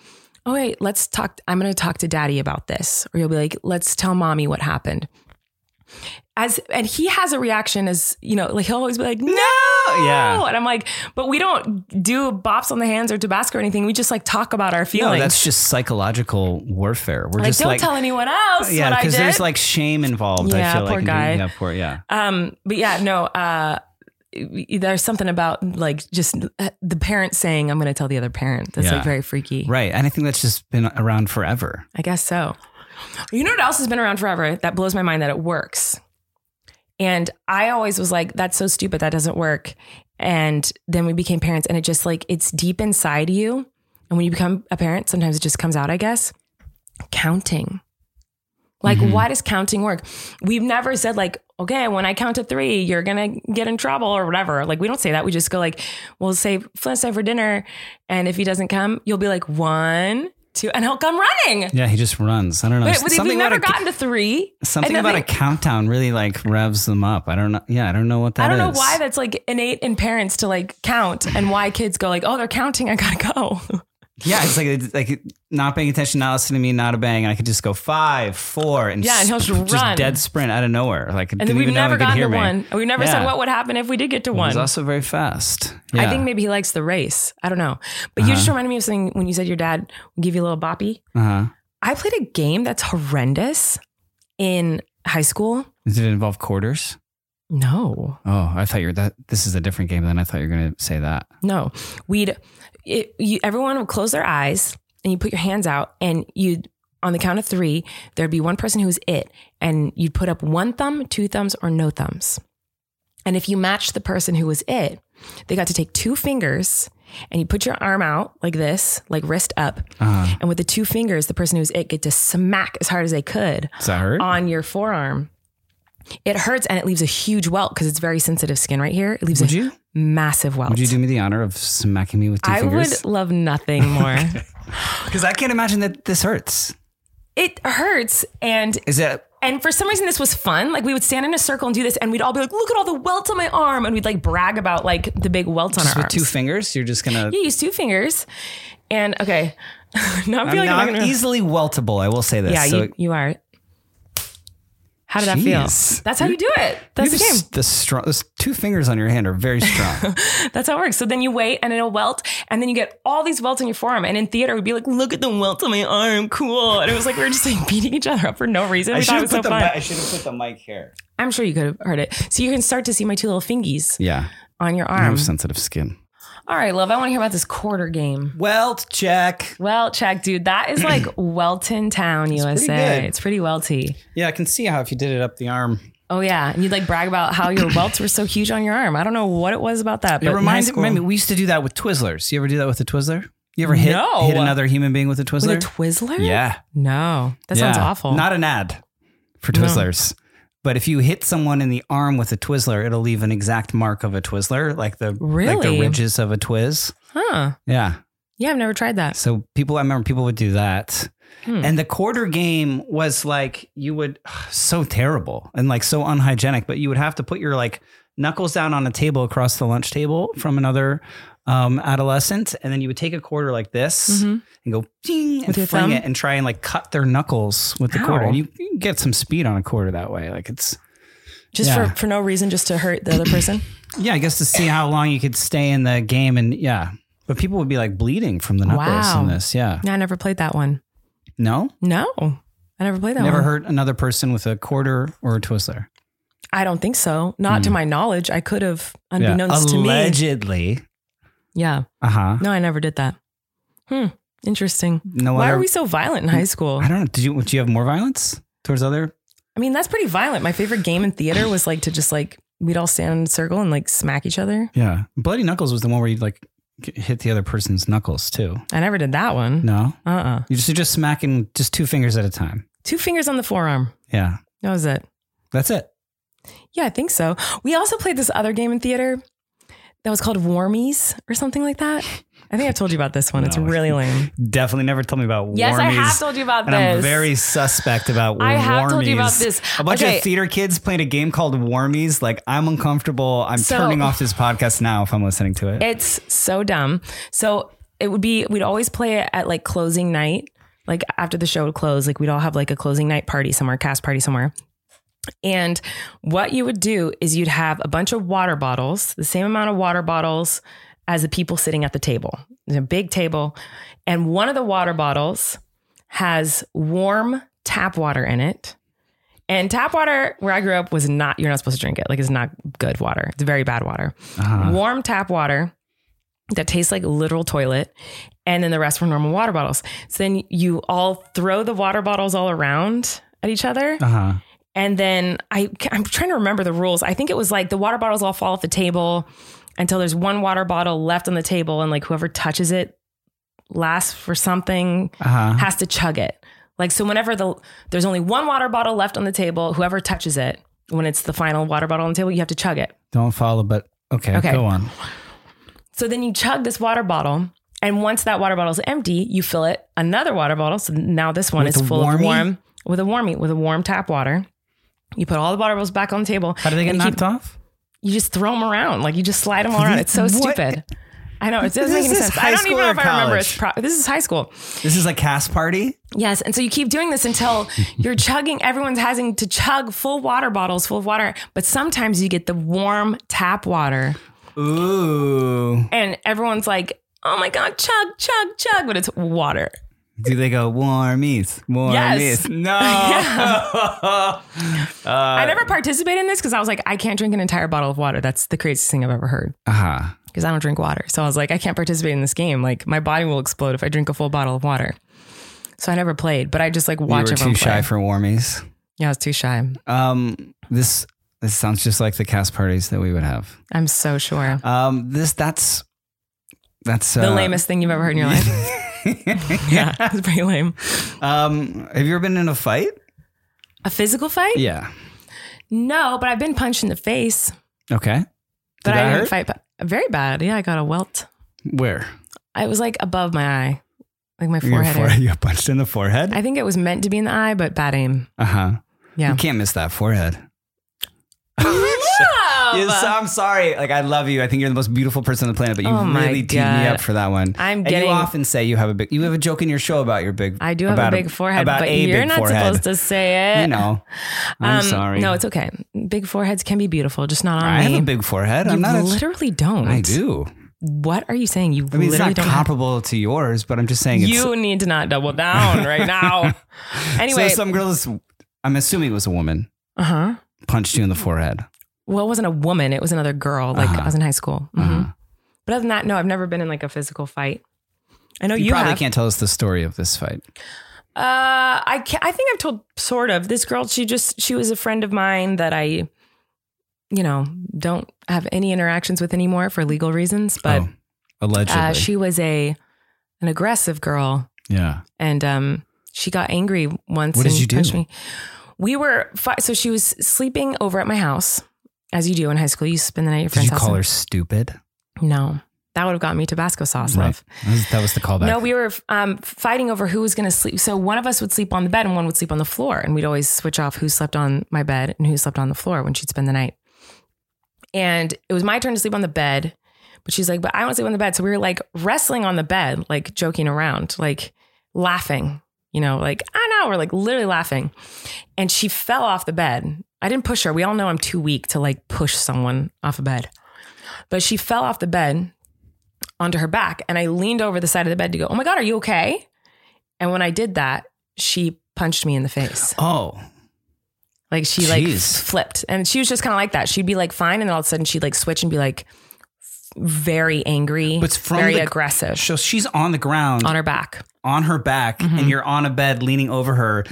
S2: "Oh wait, let's talk. I'm going to talk to Daddy about this," or you'll be like, "Let's tell Mommy what happened." As and he has a reaction as you know, like he'll always be like, "No, oh,
S3: yeah.
S2: And I'm like, but we don't do bops on the hands or Tabasco or anything. We just like talk about our feelings.
S3: No, that's just psychological warfare. We're
S2: like,
S3: just
S2: don't
S3: like,
S2: tell anyone else
S3: yeah,
S2: what I did.
S3: because there's like shame involved. I
S2: Yeah,
S3: feel
S2: poor
S3: like in
S2: guy.
S3: doing- yeah, poor, yeah.
S2: Um, but yeah, no, uh, there's something about like just uh, the parent saying, I'm going to tell the other parent. That's
S3: Yeah.
S2: like very freaky.
S3: Right. And I think that's just been around forever.
S2: I guess so. You know what else has been around forever that blows my mind that it works? And I always was like, that's so stupid. That doesn't work. And then we became parents, and it just like, it's deep inside you. And when you become a parent, sometimes it just comes out, I guess. Counting. Like, why does counting work? We've never said, like, okay, when I count to three, you're going to get in trouble or whatever. Like, we don't say that. We just go, like, we'll say, Flint's time for dinner. And if he doesn't come, you'll be like, one, two, and he'll come running.
S3: Yeah, he just runs. I don't know.
S2: Wait, but if you've never
S3: Um, about a-
S2: gotten to three,
S3: Something
S2: and
S3: about a
S2: nothing-
S3: countdown really like revs them up. I don't know. Yeah, I don't know what that
S2: I
S3: is.
S2: don't know why that's like innate in parents to like count and why kids go like, oh, they're counting, I gotta go.
S3: Yeah, it's like it's like not paying attention, not listening to me, not a bang. I could just go five, four, and
S2: Yeah, and he'll just run.
S3: dead sprint out of nowhere. Like
S2: And
S3: didn't
S2: then we've
S3: even
S2: never
S3: know he could
S2: gotten
S3: hear
S2: to
S3: me.
S2: one. And We never said
S3: Yeah.
S2: what would happen if we did get to
S3: He's
S2: one.
S3: also very fast.
S2: I
S3: Yeah.
S2: think maybe he likes the race. I don't know. But you just reminded me of something when you said your dad would give you a little boppy.
S3: Uh-huh.
S2: I played a game that's horrendous in high school.
S3: Does it involve quarters?
S2: No.
S3: Oh, I thought you were that. This is a different game than I thought you were going to say that.
S2: No, we'd it, you, everyone would close their eyes and you put your hands out and you would on the count of three there'd be one person who's it and you'd put up one thumb, two thumbs, or no thumbs. And if you matched the person who was it, they got to take two fingers and you put your arm out like this, like wrist up,
S3: Uh-huh.
S2: and with the two fingers, the person who was it get to smack as hard as they could
S3: Does that hurt?
S2: on your forearm. It hurts and it leaves a huge welt because it's very sensitive skin right here. It leaves
S3: Would
S2: a
S3: you?
S2: massive welt.
S3: Would you do me the honor of smacking me with two
S2: I
S3: fingers?
S2: would love nothing more.
S3: Because I can't imagine that this hurts.
S2: It hurts and
S3: Is it?
S2: and for some reason this was fun. Like we would stand in a circle and do this and we'd all be like, "Look at all the welts on my arm." And we'd like brag about like the big welts on
S3: Just
S2: our
S3: with
S2: arms.
S3: two fingers, you're just gonna.
S2: You use two fingers. And okay. now I'm
S3: I'm,
S2: feeling
S3: now
S2: like I'm
S3: I'm
S2: gonna-
S3: easily weltable. I will say this.
S2: Yeah,
S3: So
S2: you, you are. How did that feel?
S3: Jeez.
S2: That's how you do it. That's the
S3: you've
S2: game.
S3: s- The strong, those two fingers on your hand are very strong.
S2: That's how it works. So then you wait and it'll welt, and then you get all these welts on your forearm. And in theater, we'd be like, "Look at the welt on my arm, cool!" And it was like we were just like beating each other up for no reason. We thought it was so fun.
S3: should have put the mic here.
S2: I'm sure you could have heard it. So you can start to see my two little fingies
S3: Yeah,
S2: on your
S3: I
S2: arm.
S3: have sensitive skin.
S2: All right, love. I want to hear about this quarter game.
S3: Welt check.
S2: Well, check, dude. That is like Welton Town, USA.
S3: good.
S2: it's pretty welty.
S3: Yeah, I can see how if you did it up the arm.
S2: Oh yeah, and you'd like brag about how your welts were so huge on your arm. I don't know what it was about that. But
S3: It
S2: in high
S3: reminds
S2: school-
S3: remind me. We used to do that with Twizzlers. You ever do that with a Twizzler? You ever hit
S2: No.
S3: hit another human being with a
S2: with
S3: Twizzler?
S2: a Twizzler.
S3: yeah,
S2: No, that sounds
S3: Yeah.
S2: awful.
S3: Not an ad for Twizzlers. But if you hit someone in the arm with a Twizzler, it'll leave an exact mark of a Twizzler, like the like
S2: Really?
S3: the ridges of a Twiz.
S2: huh?
S3: Yeah.
S2: Yeah, I've never tried that.
S3: So people, I remember people would do that.
S2: Hmm.
S3: And the quarter game was like you would so terrible and like so unhygienic, but you would have to put your like knuckles down on a table across the lunch table from another um, adolescent, and then you would take a quarter like this and go ding and
S2: Mm-hmm. With your
S3: fling
S2: thumb?
S3: it and try and like cut their knuckles with the
S2: Ow.
S3: quarter. And you, you can get some speed on a quarter that way. Like it's
S2: Just
S3: Yeah.
S2: for, for no reason, just to hurt the other person.
S3: yeah, I guess to see how long you could stay in the game and yeah. But people would be like bleeding from the knuckles
S2: Wow.
S3: in this. Yeah.
S2: No, I never played that one.
S3: No?
S2: No, I never played that
S3: Never
S2: one.
S3: hurt another person with a quarter or a Twizzler.
S2: I don't think so. Not to my knowledge. I could have, unbeknownst to me.
S3: Hmm. Allegedly.
S2: Yeah.
S3: Uh huh.
S2: No, I never did that. Hmm. Interesting.
S3: No
S2: Why
S3: other-
S2: are we so violent in high school?
S3: I don't know. Did you, do you have more violence towards other?
S2: I mean, that's pretty violent. My favorite game in theater was like to just like, we'd all stand in a circle and like smack each other.
S3: Yeah. Bloody Knuckles was the one where you'd like g- hit the other person's knuckles too.
S2: I never did that one.
S3: No.
S2: Uh uh
S3: You just, you're just smacking just two fingers at a time.
S2: Two fingers on the forearm.
S3: Yeah.
S2: That was it.
S3: That's it.
S2: Yeah, I think so. We also played this other game in theater that was called Warmies or something like that. I think I told you about this one. It's
S3: No.
S2: really lame.
S3: Definitely never told me about
S2: Yes, I have
S3: warmies.
S2: told you about
S3: And
S2: this.
S3: I'm very suspect about
S2: I have
S3: warmies.
S2: told you about this.
S3: A bunch
S2: Okay.
S3: of theater kids played a game called Warmies. Like, I'm uncomfortable. I'm
S2: So-
S3: turning off this podcast now if I'm listening to it.
S2: It's so dumb. So it would be we'd always play it at like closing night, like after the show would close. Like we'd all have like a closing night party somewhere, cast party somewhere. And what you would do is you'd have a bunch of water bottles, the same amount of water bottles as the people sitting at the table. There's a big table. And one of the water bottles has warm tap water in it. And tap water where I grew up was not, you're not supposed to drink it. Like it's not good water. It's very bad water. Warm tap water that tastes like literal toilet. And then the rest were normal water bottles. So then you all throw the water bottles all around at each other.
S3: Uh huh.
S2: And then I, I'm trying to remember the rules. I think it was like the water bottles all fall off the table until there's one water bottle left on the table, and like whoever touches it last for something
S3: Uh-huh.
S2: has to chug it. Like so, whenever the there's only one water bottle left on the table, whoever touches it when it's the final water bottle on the table, you have to chug it.
S3: Don't follow, but okay,
S2: Okay.
S3: go on.
S2: So then you chug this water bottle, and once that water bottle's empty, you fill it another water bottle. So now this one
S3: With
S2: is
S3: a
S2: full
S3: warmie?
S2: of warm with a warmie with a warm tap water. You put all the water bottles back on the table.
S3: How do they get
S2: and you keep-
S3: knocked off?
S2: You just throw them around, like you just slide them all around. It's so
S3: What?
S2: stupid. I know it doesn't
S3: This
S2: make any
S3: is
S2: sense.
S3: high
S2: I don't even
S3: school
S2: know
S3: or
S2: if I remember. It's pro-
S3: college?
S2: this is high school.
S3: This is a cast party.
S2: Yes, and so you keep doing this until you're chugging. Everyone's having to chug full water bottles full of water, but sometimes you get the warm tap water.
S3: Ooh.
S2: and everyone's like, "Oh my god, chug, chug, chug!" But it's water.
S3: Do they go warmies? Warmies?
S2: Yes.
S3: No. Uh,
S2: I never participated in this because I was like, I can't drink an entire bottle of water. That's the craziest thing I've ever heard
S3: Uh-huh.
S2: because I don't drink water. So I was like, I can't participate in this game. Like my body will explode if I drink a full bottle of water. So I never played, but I just like
S3: You were
S2: watch
S3: too
S2: everyone
S3: shy
S2: play.
S3: for warmies.
S2: yeah, I was too shy.
S3: Um, this this sounds just like the cast parties that we would have.
S2: I'm so sure.
S3: Um, this that's that's
S2: the
S3: uh,
S2: lamest thing you've ever heard in your life. yeah, that's pretty lame.
S3: Um, have you ever been in a fight?
S2: A physical fight?
S3: Yeah.
S2: No, but I've been punched in the face.
S3: Okay. Did
S2: But
S3: that
S2: I didn't
S3: hurt?
S2: fight ba- very bad. Yeah, I got a welt.
S3: Where?
S2: It was like above my eye, like my
S3: Your
S2: forehead. area.
S3: forehead. You got punched in the forehead.
S2: I think it was meant to be in the eye, but bad aim.
S3: Uh huh.
S2: Yeah.
S3: You can't miss that forehead.
S2: No!
S3: Yes, I'm sorry. Like I love you. I think you're the most beautiful person on the planet, but you
S2: uh, Oh my
S3: really teed me
S2: God.
S3: up for that one.
S2: I'm
S3: and
S2: getting-
S3: You often say you have a big. You have a joke in your show about your big.
S2: I do have
S3: about
S2: a big forehead,
S3: about
S2: but
S3: a
S2: you're
S3: big
S2: not
S3: forehead.
S2: supposed to say it.
S3: I know. I'm sorry.
S2: Um, No, it's okay. Big foreheads can be beautiful, just not on
S3: I
S2: me.
S3: have a big forehead.
S2: you
S3: I'm not. A,
S2: literally don't.
S3: I do.
S2: What are you saying? You
S3: I mean, it's
S2: literally
S3: not
S2: don't. have-
S3: comparable to yours, but I'm just saying. It's,
S2: you need to not double down right now. anyway,
S3: so some girls. I'm assuming it was a woman
S2: uh huh.
S3: punched you in the
S2: Mm-hmm.
S3: forehead.
S2: Well, it wasn't a woman. It was another girl. Like
S3: Uh-huh.
S2: I was in high school. Mhm.
S3: Uh-huh.
S2: But other than that, no, I've never been in like a physical fight. I know
S3: You,
S2: Oh, you,
S3: probably
S2: have.
S3: can't tell us the story of this fight.
S2: Uh, I can I think I've told sort of this girl. She just she was a friend of mine that I, you know, don't have any interactions with anymore for legal reasons. But
S3: oh, allegedly,
S2: uh, she was a an aggressive girl,
S3: yeah.
S2: and um, she got angry once.
S3: What did
S2: and
S3: you do?
S2: punched Me. We were fi- so she was sleeping over at my house, as you do in high school. You spend the night at your
S3: Did
S2: friend's
S3: you
S2: house.
S3: call her stupid?
S2: No, that would have got me Tabasco sauce, love.
S3: That was, that was the callback.
S2: No, we were um, fighting over who was going to sleep. So one of us would sleep on the bed and one would sleep on the floor. And we'd always switch off who slept on my bed and who slept on the floor when she'd spend the night. And it was my turn to sleep on the bed. But she's like, but I want to sleep on the bed. So we were like wrestling on the bed, like joking around, like laughing, you know, like, I know, we're like literally laughing. And she fell off the bed. I didn't push her. We all know I'm too weak to like push someone off a bed. But she fell off the bed onto her back. And I leaned over the side of the bed to go, Oh my God, are you okay? And when I did that, she punched me in the face.
S3: oh,
S2: Like she like
S3: Jeez.
S2: flipped. And she was just kind of like that. She'd be like fine. And then all of a sudden she'd like switch and be like very angry,
S3: but it's from
S2: very
S3: the-
S2: aggressive
S3: So she's on the ground
S2: on her back
S3: on her back and you're on a bed leaning over her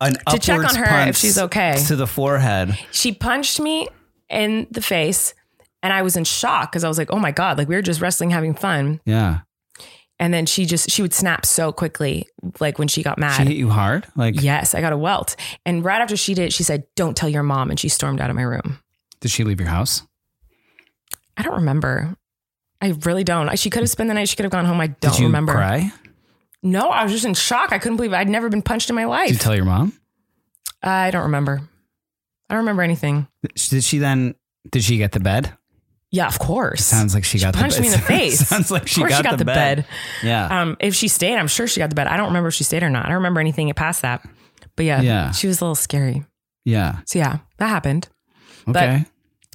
S3: an
S2: To check on
S3: upwards
S2: her if
S3: punch
S2: she's okay.
S3: to the forehead
S2: she punched me in the face. And I was in shock because I was like, oh my God, like we were just wrestling, having fun.
S3: yeah
S2: And then she just, she would snap so quickly, like when she got
S3: she
S2: mad.
S3: hit you hard like
S2: Yes, I got a welt. And right after she did, it, she said, Don't tell your mom. And she stormed out of my room.
S3: did she leave your house
S2: I don't remember. I really don't. I- She could have spent the night. She could have gone home. I don't
S3: did you
S2: remember.
S3: cry
S2: No, I was just in shock. I couldn't believe it. I'd never been punched in my life.
S3: did you tell your mom
S2: I don't remember. I don't remember anything.
S3: did she then did she get the bed
S2: Yeah, of course.
S3: sounds like she, got
S2: punched
S3: the bed.
S2: me in the face.
S3: sounds like she
S2: of course
S3: got,
S2: she got the bed.
S3: yeah
S2: Um, if she stayed, I'm sure she got the bed. I don't remember if she stayed or not. I don't remember anything past that. But yeah,
S3: Yeah.
S2: she was a little scary.
S3: Yeah.
S2: So yeah, that happened. But-
S3: Okay.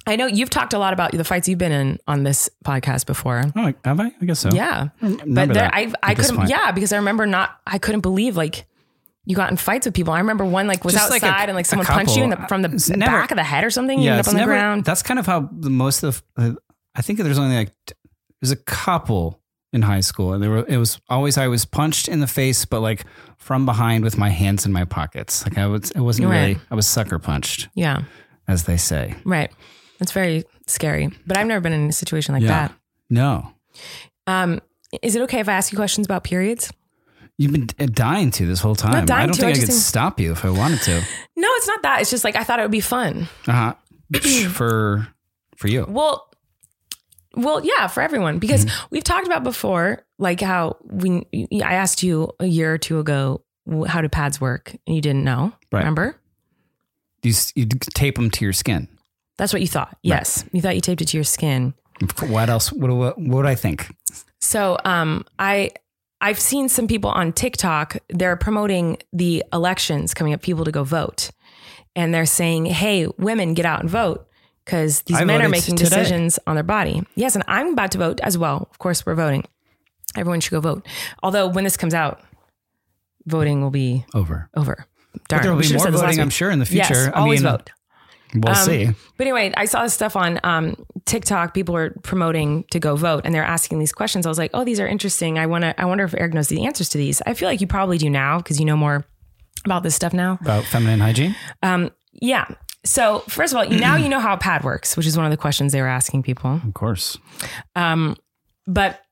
S2: I know you've talked a lot about the fights you've been in on this podcast before.
S3: oh, have I? I guess so.
S2: Yeah.
S3: remember
S2: but there,
S3: that
S2: I I
S3: at this
S2: couldn't
S3: point.
S2: yeah, because I remember not I couldn't believe like you got in fights with people. I remember one like was
S3: Just like
S2: outside
S3: a-
S2: and like
S3: a
S2: someone punched you in the,
S3: couple.
S2: from the
S3: It's
S2: b-
S3: never-
S2: back of the head or something. you end up
S3: it's
S2: on the
S3: never-
S2: ground.
S3: That's kind of how the most of the. I think there's only like t- there's a couple in high school, and there were it was always I was punched in the face, but like from behind with my hands in my pockets. Like I was, it wasn't
S2: Right.
S3: really. I was sucker punched,
S2: yeah.
S3: as they say.
S2: Right. It's very scary. But I've never been in a situation like
S3: Yeah.
S2: that.
S3: No,
S2: Um is it okay if I ask you questions about periods? You've
S3: you've been d- dying to this whole time. I
S2: dying
S3: don't
S2: to, I
S3: think I,
S2: just
S3: could
S2: think-
S3: stop you if I wanted to.
S2: No, it's not that. It's just like I thought it would be fun.
S3: Uh huh. for for you.
S2: Well, well, yeah, for everyone because we've talked about before, like how we. I asked you a year or two ago wh- how do pads work, and you didn't know.
S3: Right.
S2: Remember?
S3: You, s- you d- tape them to your skin.
S2: That's what you thought. Yes, you thought you taped it to your skin.
S3: Of cou- What else? What what, what would I think?
S2: So, um, I. I've seen some people on TikTok, they're promoting the elections coming up, people to go vote. And they're saying, hey, women, get out and vote because these
S3: I
S2: men are
S3: voted
S2: making
S3: today.
S2: decisions on their body. Yes, and I'm about to vote as well. Of course, we're voting. Everyone should go vote. Although, when this comes out, voting will be
S3: Over.
S2: over.
S3: But
S2: Darn.
S3: there will
S2: we
S3: be
S2: should've
S3: more
S2: said this last
S3: voting, I'm
S2: week.
S3: sure, in the future.
S2: Yes,
S3: I
S2: always
S3: mean,
S2: vote. Um,
S3: We'll see.
S2: But anyway, I saw this stuff on um, TikTok. People were promoting to go vote, and they're asking these questions. I was like, "Oh, these are interesting. I want to. I wonder if Eric knows the answers to these. I feel like you probably do now because you know more about this stuff now. Um,
S3: About feminine hygiene?
S2: Yeah. So first of all, now you know how a pad works, which is one of the questions they were asking people.
S3: Of course.
S2: But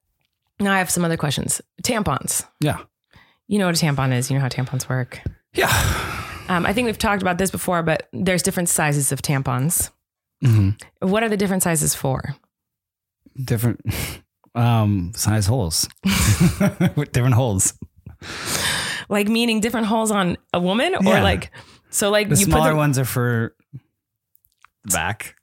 S2: now I have some other questions. Tampons.
S3: Yeah.
S2: You know what a tampon is. You know how tampons work.
S3: Yeah.
S2: Um, I think we've talked about this before, but there's different sizes of tampons. What are the different sizes for?
S3: Different um size holes. With Different holes.
S2: Like meaning different holes on a woman, or
S3: Yeah.
S2: like so like
S3: The
S2: you put
S3: smaller
S2: the,
S3: ones are for the back.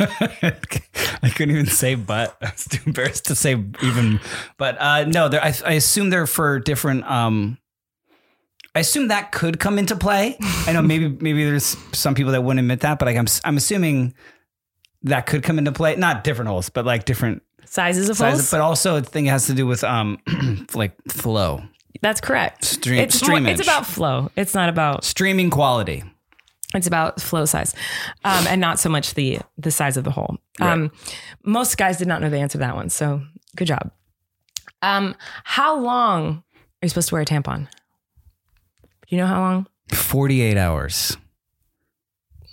S3: I couldn't even say butt. I was too embarrassed to say even. But uh, no, they're- I, I assume they're for different. Um, I assume that could come into play. I know maybe maybe there's some people that wouldn't admit that, but like I'm I'm assuming that could come into play. Not different holes, but like different
S2: sizes of
S3: sizes.
S2: holes.
S3: But also, I think it has to do with um like flow,
S2: That's correct.
S3: Stream-
S2: it's
S3: streamage.
S2: more, it's about flow. It's not about
S3: streaming quality.
S2: it's about flow size, um, and not so much the the size of the hole. Um, Most guys did not know the answer to that one, so good job. Um, how long are you supposed to wear a tampon? Do you know how long?
S3: Forty eight hours.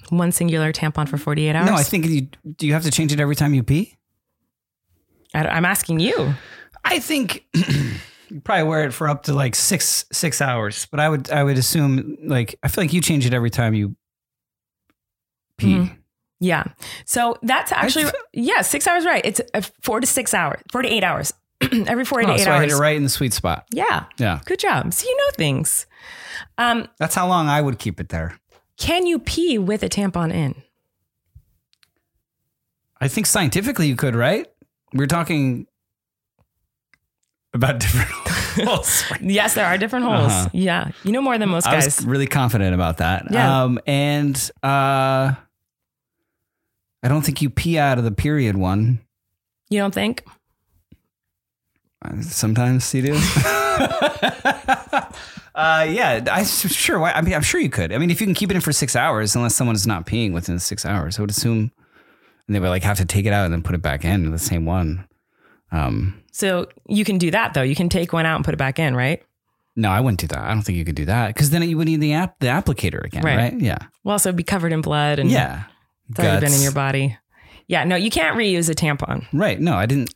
S2: One singular tampon for forty eight hours.
S3: No, I think you do. You have to change it every time you pee.
S2: I, am asking you.
S3: I think you probably wear it for up to like six six hours, but I would I would assume like I feel like you change it every time you pee.
S2: Yeah. So that's actually,
S3: I've-
S2: yeah, six hours, right. It's uh, four to six hours, four to eight hours, every four to
S3: Oh,
S2: eight
S3: so I
S2: hours.
S3: hit it right in the sweet spot.
S2: Yeah.
S3: Yeah,
S2: Good job. So you know things. Um,
S3: that's how long I would keep it there.
S2: can you pee with a tampon in?
S3: I think scientifically you could, right? We're talking about different. holes.
S2: Yes, there are different holes.
S3: Uh-huh.
S2: Yeah. You know more than most
S3: I
S2: guys.
S3: was really confident about that.
S2: Yeah.
S3: Um, and uh, I don't think you pee out of the period one.
S2: you don't think?
S3: Uh, Sometimes you do. uh, yeah, I sure. why- I mean, I'm sure you could. I mean, if you can keep it in for six hours, unless someone is not peeing within six hours, I would assume. And they would like have to take it out and then put it back in the same one. Um,
S2: So you can do that though. You can take one out and put it back in, right?
S3: no, I wouldn't do that. I don't think you could do that because then you would need the app, the applicator again,
S2: Right.
S3: right? Yeah,
S2: Well, also be covered in blood and
S3: yeah.
S2: it's already been
S3: Guts.
S2: in your body. Yeah. No, you can't reuse a tampon.
S3: Right? No, I didn't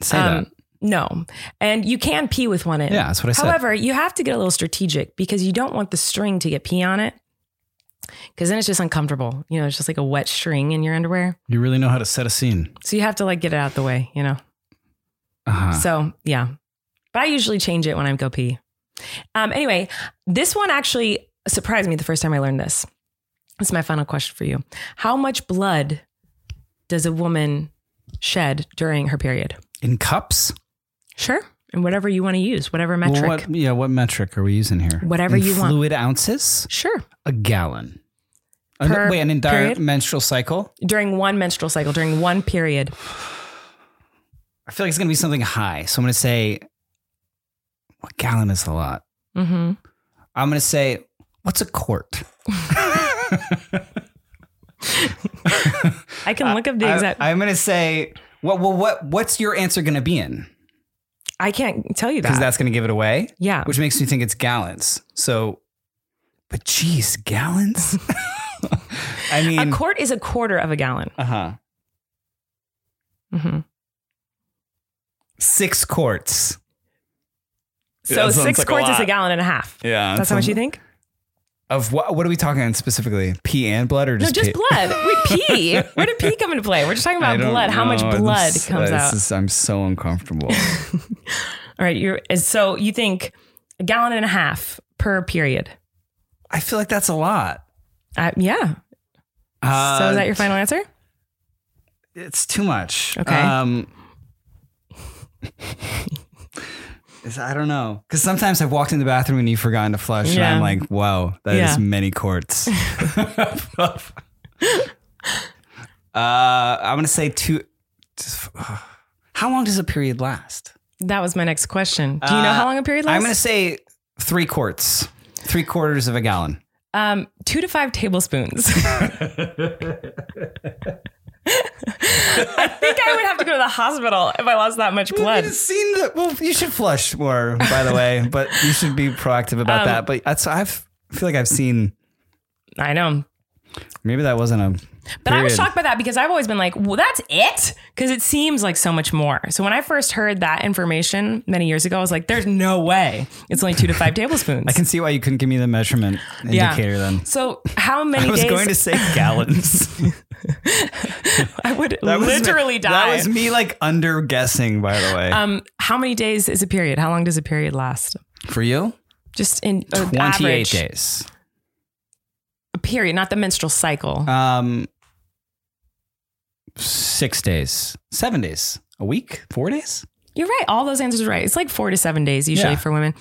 S3: say
S2: Um, No. And you can pee with one in.
S3: Yeah, that's what I said.
S2: However, you have to get a little strategic because you don't want the string to get pee on it. Because then it's just uncomfortable. You know, it's just like a wet string in your underwear.
S3: that. You really know how to set a scene.
S2: So you have to like get it out the way, you know?
S3: Uh-huh.
S2: So yeah, but I usually change it when I go pee. Um, anyway, this one actually surprised me the first time I learned this. This is my final question for you. How much blood does a woman shed during her period?
S3: in cups.
S2: Sure. And whatever you want to use, whatever
S3: Well,
S2: metric.
S3: what, yeah, what metric are we using here?
S2: Whatever
S3: In
S2: you want.
S3: Fluid ounces,
S2: Sure.
S3: a gallon. An-
S2: per
S3: Wait, an entire
S2: period?
S3: menstrual cycle?
S2: during one menstrual cycle, during one period.
S3: I feel like it's going to be something high. So I'm going to say, well, gallon is a lot.
S2: Mm-hmm.
S3: I'm going to say, what's a quart?
S2: I can look up the exact. I,
S3: I, am going to say, well, well, what what's your answer going to be in?
S2: can't tell you
S3: Because
S2: that.
S3: that's going to give it away.
S2: Yeah.
S3: Which makes me think it's gallons. So, but geez, gallons? I mean,
S2: a quart is a quarter of a gallon.
S3: uh huh.
S2: Mm-hmm.
S3: Six quarts.
S2: So
S3: that sounds
S2: six
S3: like a
S2: quarts is
S3: lot.
S2: a gallon and a half.
S3: Yeah.
S2: That's how much you think?
S3: Of what? What are we talking on specifically? Pee and blood, or
S2: No,
S3: just
S2: just
S3: pee?
S2: blood. Wait, pee. Where did pee come into play? We're just talking
S3: I
S2: about
S3: don't
S2: blood. How much
S3: know.
S2: blood
S3: This-
S2: comes
S3: this
S2: out?
S3: is- I'm so uncomfortable.
S2: All right. You're and so you think a gallon and a half per period.
S3: I feel like that's a lot.
S2: Uh, yeah. so
S3: Uh,
S2: is that your final answer?
S3: It's too much.
S2: Okay.
S3: Um, it's- I don't know. Because sometimes I've walked in the bathroom and you've forgotten to flush,
S2: Yeah.
S3: and I'm like, wow, that
S2: Yeah.
S3: is many quarts. uh, I'm going to say two. Just, how long does a period last?
S2: That was my next question. Do you know
S3: Uh,
S2: how long a period lasts?
S3: I'm going to say three quarts, three quarters of a gallon.
S2: Um, two to five tablespoons. I think I would have to go to the hospital if I lost that much blood.
S3: I've seen that. Well, you should flush more, by the way, but you should be proactive about
S2: Um,
S3: that. But that's, I've, I feel like I've seen.
S2: I know.
S3: Maybe that wasn't a.
S2: But I was
S3: period.
S2: shocked by that because I've always been like, well, that's it? Because it seems like so much more. So when I first heard that information many years ago, I was like, there's no way. It's only two to five tablespoons.
S3: I can see why you couldn't give me the measurement
S2: Yeah.
S3: indicator then.
S2: So how many
S3: I was
S2: days
S3: going to say gallons.
S2: I would
S3: That was-
S2: literally die.
S3: That was me like under guessing, by the way.
S2: um, how many days is a period? How long does a period last?
S3: For you?
S2: Just in uh,
S3: 28
S2: average,
S3: days.
S2: A period, not the menstrual cycle.
S3: Um, six days, seven days, a week, four days.
S2: You're right. All those answers are right. It's like four to seven days usually
S3: Yeah.
S2: for women.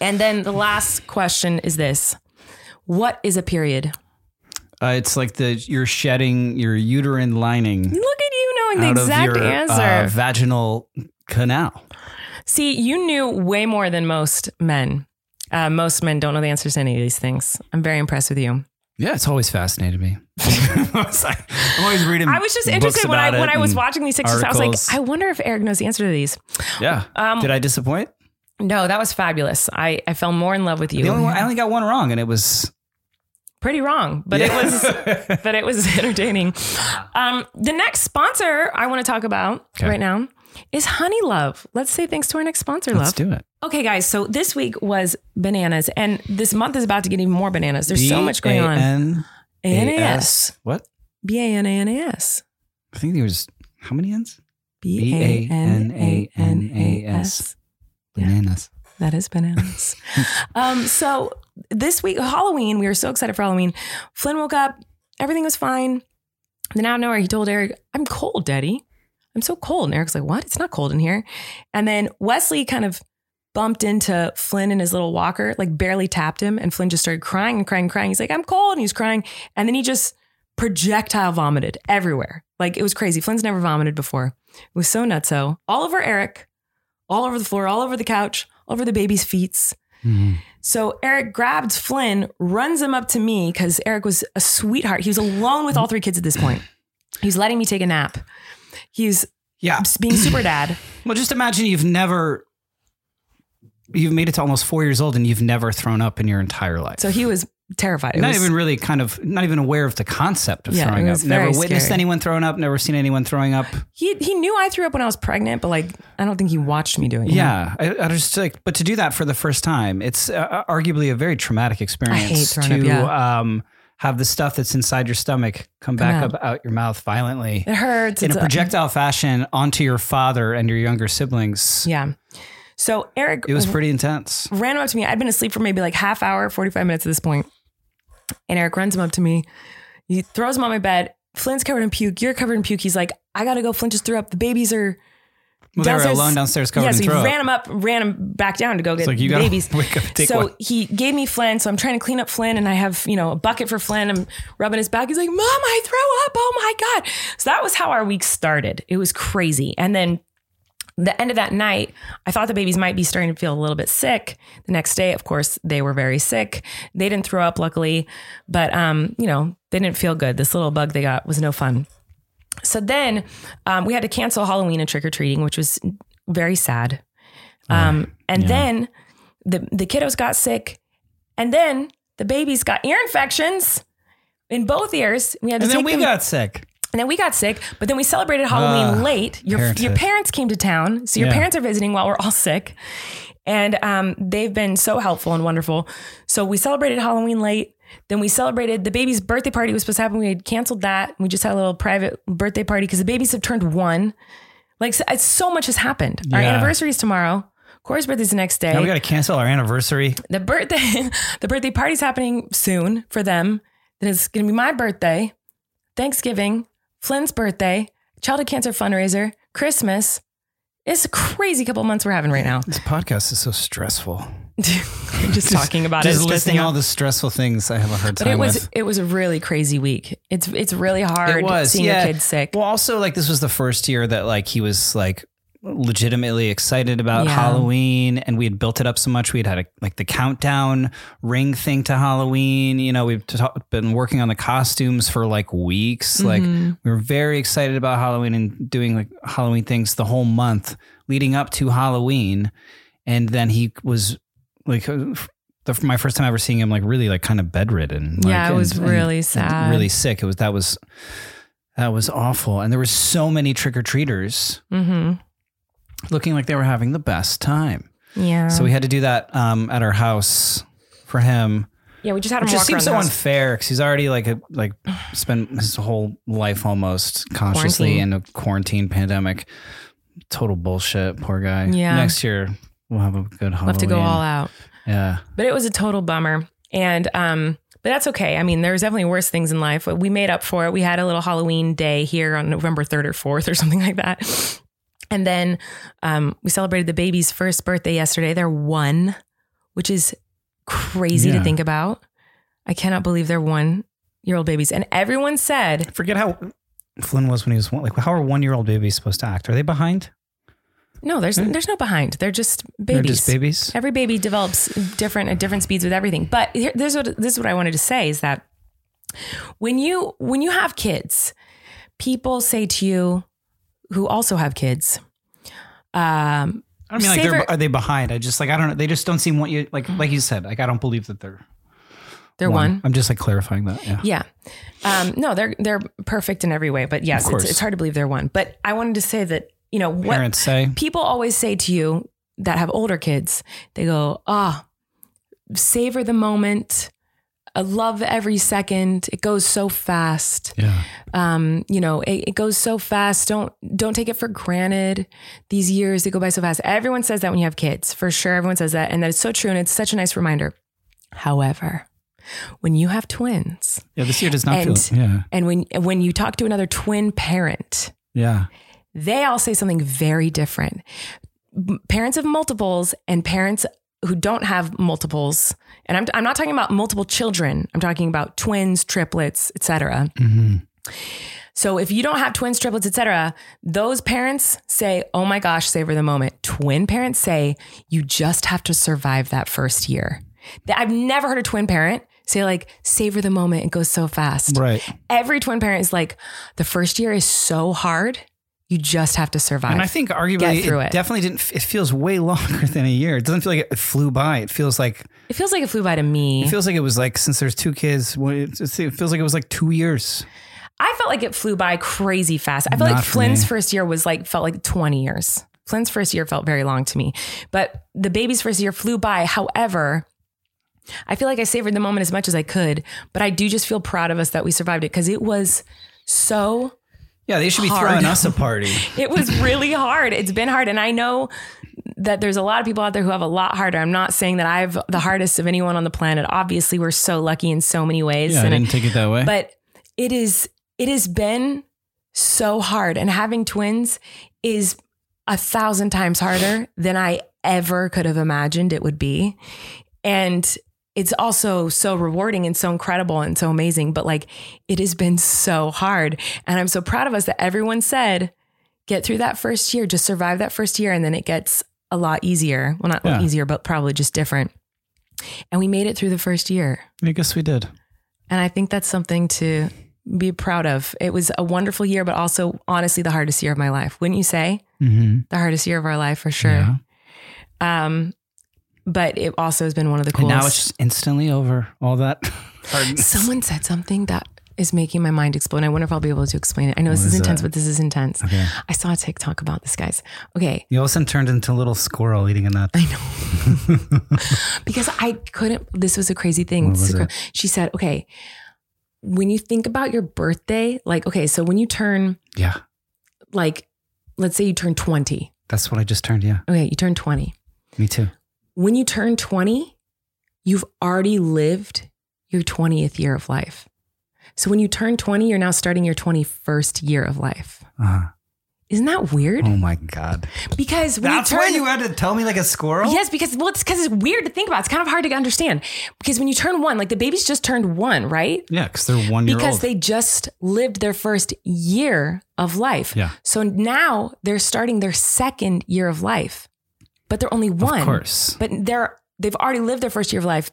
S2: And then the last question is this What is a period?
S3: Uh, it's like the you're shedding your uterine lining
S2: Look at you knowing the
S3: out
S2: exact
S3: of your uh,
S2: answer.
S3: vaginal canal.
S2: See, you knew way more than most men. Uh, most men don't know the answers to any of these things. I'm very impressed with you.
S3: Yeah, it's always fascinated me. I'm always reading.
S2: I was just
S3: Mm. books
S2: interested when I
S3: about it
S2: when I was
S3: and
S2: watching these pictures. I was like,
S3: articles.
S2: I wonder if Eric knows the answer to these.
S3: Yeah.
S2: Um,
S3: Did I disappoint?
S2: No, that was fabulous. I, I fell more in love with you.
S3: The only one, I only got one wrong, and it was.
S2: Pretty wrong, but it was
S3: was.
S2: but it was entertaining. Um, the next sponsor I want to talk about
S3: Okay.
S2: right now is Honey Love. Let's say thanks to our next sponsor,
S3: Let's
S2: Love.
S3: do it.
S2: okay, guys. So this week was bananas, and this month is about to get even more bananas. There's so much going on.
S3: B-A-N-A-S.
S2: A-N-A-S.
S3: What?
S2: B-A-N-A-N-A-S.
S3: I think there was how many N's?
S2: B-A-N-A-N-A-S.
S3: B-A-N-A-N-A-S. Bananas.
S2: That is bananas. um, so this week, Halloween, we were so excited for Halloween. Flynn woke up, everything was fine. Then out of nowhere, he told Eric, I'm cold, Daddy. I'm so cold. And Eric's like, What? It's not cold in here. And then Wesley kind of bumped into Flynn in his little walker, like barely tapped him. And Flynn just started crying and crying and crying. He's like, I'm cold. And he's crying. And then he just projectile vomited everywhere. Like it was crazy. Flynn's never vomited before. It was so nutso. All over Eric, all over the floor, all over the couch, all over the baby's feet. So Eric grabs Flynn, runs him up to me because Eric was a sweetheart. He was alone with all three kids at this point. He's letting me take a nap. He's
S3: Yeah.
S2: being super dad.
S3: Well, just imagine you've never, you've made it to almost four years old and you've never thrown up in your entire life.
S2: So he was terrified. It
S3: not
S2: was-
S3: even really kind of, not even aware of the concept of
S2: Yeah, it
S3: throwing up.
S2: was very
S3: Never witnessed
S2: scary.
S3: anyone throwing up, never seen anyone throwing up.
S2: he he knew I threw up when I was pregnant, but like I don't think he watched me doing it.
S3: Yeah, I, I just like, but to do that for the first time, it's uh, arguably a very traumatic experience
S2: throwing
S3: to
S2: up, yeah.
S3: um, have the stuff that's inside your stomach come back up out your mouth violently
S2: It hurts.
S3: in
S2: It's
S3: a projectile fashion onto your father and your younger siblings.
S2: yeah. So Eric
S3: It was pretty intense.
S2: ran up to me. I'd been asleep for maybe like half hour, 45 minutes at this point. And Eric runs him up to me. He throws him on my bed. Flynn's covered in puke. You're covered in puke. He's like, I gotta go. Flynn just threw up. The babies are
S3: Well, they were alone downstairs covered
S2: yeah,
S3: in
S2: so he
S3: throat.
S2: ran him up, ran him back down to go get
S3: like, you gotta
S2: babies.
S3: wake up, take
S2: so
S3: one.
S2: he gave me Flynn. So I'm trying to clean up Flynn, and I have you know a bucket for Flynn. I'm rubbing his back. He's like, "Mom, I throw up! Oh my god!" So that was how our week started. It was crazy, and then the end of that night, I thought the babies might be starting to feel a little bit sick. The next day, of course, they were very sick. They didn't throw up, luckily, but um, you know, they didn't feel good. This little bug they got was no fun. So then um, we had to cancel Halloween and trick or treating, which was very sad. Um, and then the the kiddos got sick, and then the babies got ear infections in both ears. We had to
S3: And then
S2: take
S3: we
S2: them-
S3: got sick.
S2: and then we got sick, but then we celebrated Halloween
S3: Ah,
S2: late. Your
S3: parenthood.
S2: your parents came to town, so your
S3: Yeah.
S2: parents are visiting while we're all sick, and um, they've been so helpful and wonderful. So we celebrated Halloween late. Then we celebrated the baby's birthday party was supposed to happen. We had canceled that. We just had a little private birthday party because the babies have turned one. Like so, so much has happened. Our
S3: Yeah.
S2: anniversary is tomorrow. Corey's birthday's the next day
S3: Now we got to cancel our anniversary.
S2: the birthday the birthday party's happening soon for them. Then it's gonna be my birthday, Thanksgiving, Flynn's birthday, childhood cancer fundraiser, Christmas. It's a crazy couple months we're having right now.
S3: This podcast is so stressful.
S2: just talking about it.
S3: Just
S2: stressing
S3: listing
S2: out.
S3: all the stressful things I have a hard
S2: But
S3: time
S2: it was
S3: with.
S2: it was a really crazy week. It's it's really hard seeing your kids sick.
S3: Well, also like this was the first year that like he was like legitimately excited about
S2: Yeah.
S3: Halloween, and we had built it up so much. We had had a, like the countdown ring thing to Halloween. You know, we've ta- been working on the costumes for like weeks.
S2: Mm-hmm.
S3: Like we were very excited about Halloween and doing like Halloween things the whole month leading up to Halloween, and then he was like. uh, The, my first time ever seeing him like really like kind of bedridden like,
S2: Yeah, it was really
S3: and
S2: sad.
S3: really sick it was that was that was awful. And there were so many trick or treaters
S2: mm-hmm.
S3: looking like they were having the best time.
S2: Yeah.
S3: So we had to do that um, at our house for him,
S2: yeah, we just had
S3: which
S2: him walk
S3: just seems
S2: around the
S3: so
S2: house.
S3: unfair because he's already like a, like spent his whole life almost consciously
S2: Quarantine.
S3: in a quarantine pandemic. Total bullshit, poor guy.
S2: Yeah.
S3: Next year we'll have a good Halloween.
S2: We'll have to go all out.
S3: Yeah.
S2: but it was a total bummer and um but that's okay. I mean, there's definitely worse things in life. We made up for it. We had a little Halloween day here on November 3rd or 4th or something like that. And then um, we celebrated the baby's first birthday yesterday. They're one, which is crazy
S3: Yeah.
S2: to think about. I cannot believe they're one year old babies. And everyone said,
S3: Forget how Flynn was when he was one. Like, how are one year old babies supposed to act? Are they behind?
S2: no, there's there's no behind. They're just babies.
S3: Hmm. They're just babies.
S2: Every baby develops different at different speeds with everything. But here, this is what this is what I wanted to say is that when you when you have kids, people say to you who also have kids, um,
S3: I mean, like,
S2: Savor-
S3: they're, are they behind? I just like I don't know. They just don't seem what you like. Like you said, like I don't believe that they're
S2: they're one.
S3: I'm just like clarifying that. Yeah.
S2: Yeah. Um, no, they're they're perfect in every way. But yes, it's,
S3: course.
S2: it's hard to believe they're one. But I wanted to say that you know what
S3: Parents say
S2: people always say to you that have older kids, they go, ah, savor the moment. I love every second. It goes so fast.
S3: Yeah.
S2: Um, you know, it, it goes so fast. Don't don't take it for granted. These years they go by so fast. Everyone says that when you have kids, for sure. Everyone says that, and that is so true. And it's such a nice reminder. However, when you have twins,
S3: Yeah. This year does not
S2: And-
S3: feel. Yeah.
S2: and when when you talk to another twin parent,
S3: Yeah.
S2: they all say something very different. M- Parents of multiples and parents who don't have multiples, and I'm, I'm not talking about multiple children, I'm talking about twins, triplets, etc. So if you don't have twins, triplets, etc., those parents say, "Oh my gosh, savor the moment." Twin parents say, "You just have to survive that first year." That I've never heard a twin parent say like, "Savor the moment; it goes so fast."
S3: Right.
S2: every twin parent is like, the first year is so hard. You just have to survive.
S3: And I think arguably
S2: through
S3: it,
S2: it.
S3: definitely didn't. It feels way longer than a year. It doesn't feel like it flew by. It feels like
S2: it feels like it flew by to me.
S3: it feels like it was like since there's two kids. well, It it feels like it was like two years.
S2: I felt like it flew by crazy fast. I felt
S3: Not
S2: like
S3: for
S2: Flynn's
S3: me.
S2: first year was like felt like 20 years. Flynn's first year felt very long to me. But the baby's first year flew by. However, I feel like I savored the moment as much as I could, but I do just feel proud of us that we survived it because it was so
S3: Yeah. They should be
S2: Hard.
S3: throwing us a party.
S2: it was really hard. It's been hard. And I know that there's a lot of people out there who have a lot harder. I'm not saying that I've the hardest of anyone on the planet. Obviously, we're so lucky in so many ways. And I-
S3: take it that way.
S2: but it is it has been so hard. And having twins is a thousand times harder than I ever could have imagined it would be. And it's also so rewarding and so incredible and so amazing, but like it has been so hard. And I'm so proud of us that everyone said, get through that first year, just survive that first year, and then it gets a lot easier. Well, not
S3: Yeah.
S2: easier, but probably just different. And we made it through the first year.
S3: I guess we did.
S2: And I think that's something to be proud of. It was a wonderful year, but also honestly the hardest year of my life. Wouldn't you say?
S3: Mm-hmm.
S2: The hardest year of our life for sure.
S3: Yeah.
S2: Um, but it also has been one of the
S3: And
S2: coolest.
S3: now it's just instantly over. All that. hardness.
S2: Someone said something that is making my mind explode. I wonder if I'll be able to explain it. I know this
S3: What
S2: is
S3: is
S2: intense,
S3: that?
S2: but this is intense.
S3: Okay.
S2: I saw a TikTok about this, guys. Okay.
S3: You all of a sudden turned into a little squirrel eating a nut.
S2: I know. because I couldn't, this was a crazy thing.
S3: What
S2: This is
S3: was
S2: a cra-
S3: it?
S2: she said, okay, when you think about your birthday, like, okay, so when you turn,
S3: Yeah.
S2: like, let's say you turn 20.
S3: That's what I just turned. Yeah.
S2: Okay, you turn 20.
S3: Me too.
S2: When you turn 20, you've already lived your 20th year of life. So when you turn 20, you're now starting your 21st year of life.
S3: Uh-huh.
S2: Isn't that weird?
S3: Oh my God.
S2: Because when
S3: That's
S2: you
S3: why
S2: turn
S3: you had to tell me like a squirrel?
S2: Yes, because well, it's because it's weird to think about. It's kind of hard to understand because when you turn one, like the babies just turned one, right?
S3: Yeah, because they're one year
S2: Because
S3: old.
S2: they just lived their first year of life.
S3: Yeah.
S2: So now they're starting their second year of life, but they're only one.
S3: Of course.
S2: But they're they've already lived their first year of life.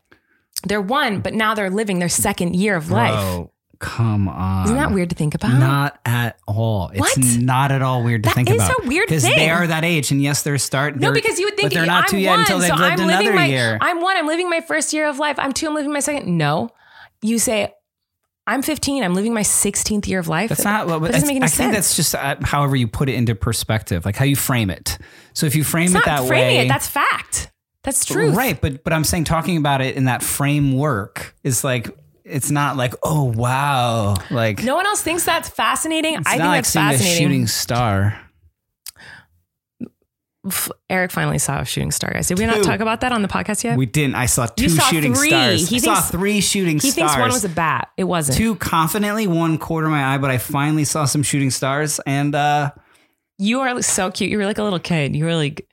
S2: They're one, but now they're living their second year of life.
S3: Bro, come on.
S2: Isn't that weird to think about?
S3: Not at all.
S2: What?
S3: It's not at all weird to
S2: That
S3: think
S2: is
S3: about.
S2: a weird
S3: Because they
S2: thing.
S3: are that age, and yes, they're start.
S2: No,
S3: they're-
S2: because you would think
S3: but they're not
S2: I'm
S3: two
S2: one,
S3: yet until they've
S2: so
S3: lived
S2: I'm living
S3: another
S2: my,
S3: year.
S2: I'm one. I'm living my first year of life. I'm two. I'm living my second. No, you say I'm 15. I'm living my 16th year of life.
S3: That's not. Well,
S2: that doesn't make any
S3: I
S2: sense.
S3: think that's just uh, however you put it into perspective, like how you frame it. So if you frame
S2: it's not
S3: it that
S2: framing
S3: way,
S2: it. That's fact. That's truth.
S3: Right, but but I'm saying talking about it in that framework is like it's not like oh wow, like
S2: No one else thinks that's fascinating.
S3: it's
S2: I think
S3: not like
S2: that's
S3: seeing a
S2: fascinating.
S3: shooting star.
S2: F- Eric finally saw a shooting star, guys. Did we not
S3: Two.
S2: talk about that on the podcast yet?
S3: We didn't. I saw two
S2: You saw
S3: shooting
S2: three.
S3: stars.
S2: He
S3: I saw
S2: thinks-
S3: three shooting
S2: he
S3: stars.
S2: thinks one was a bat. It wasn't.
S3: two confidently, one quarter my eye, but I finally saw some shooting stars and uh
S2: You are so cute. You were like a little kid. You were like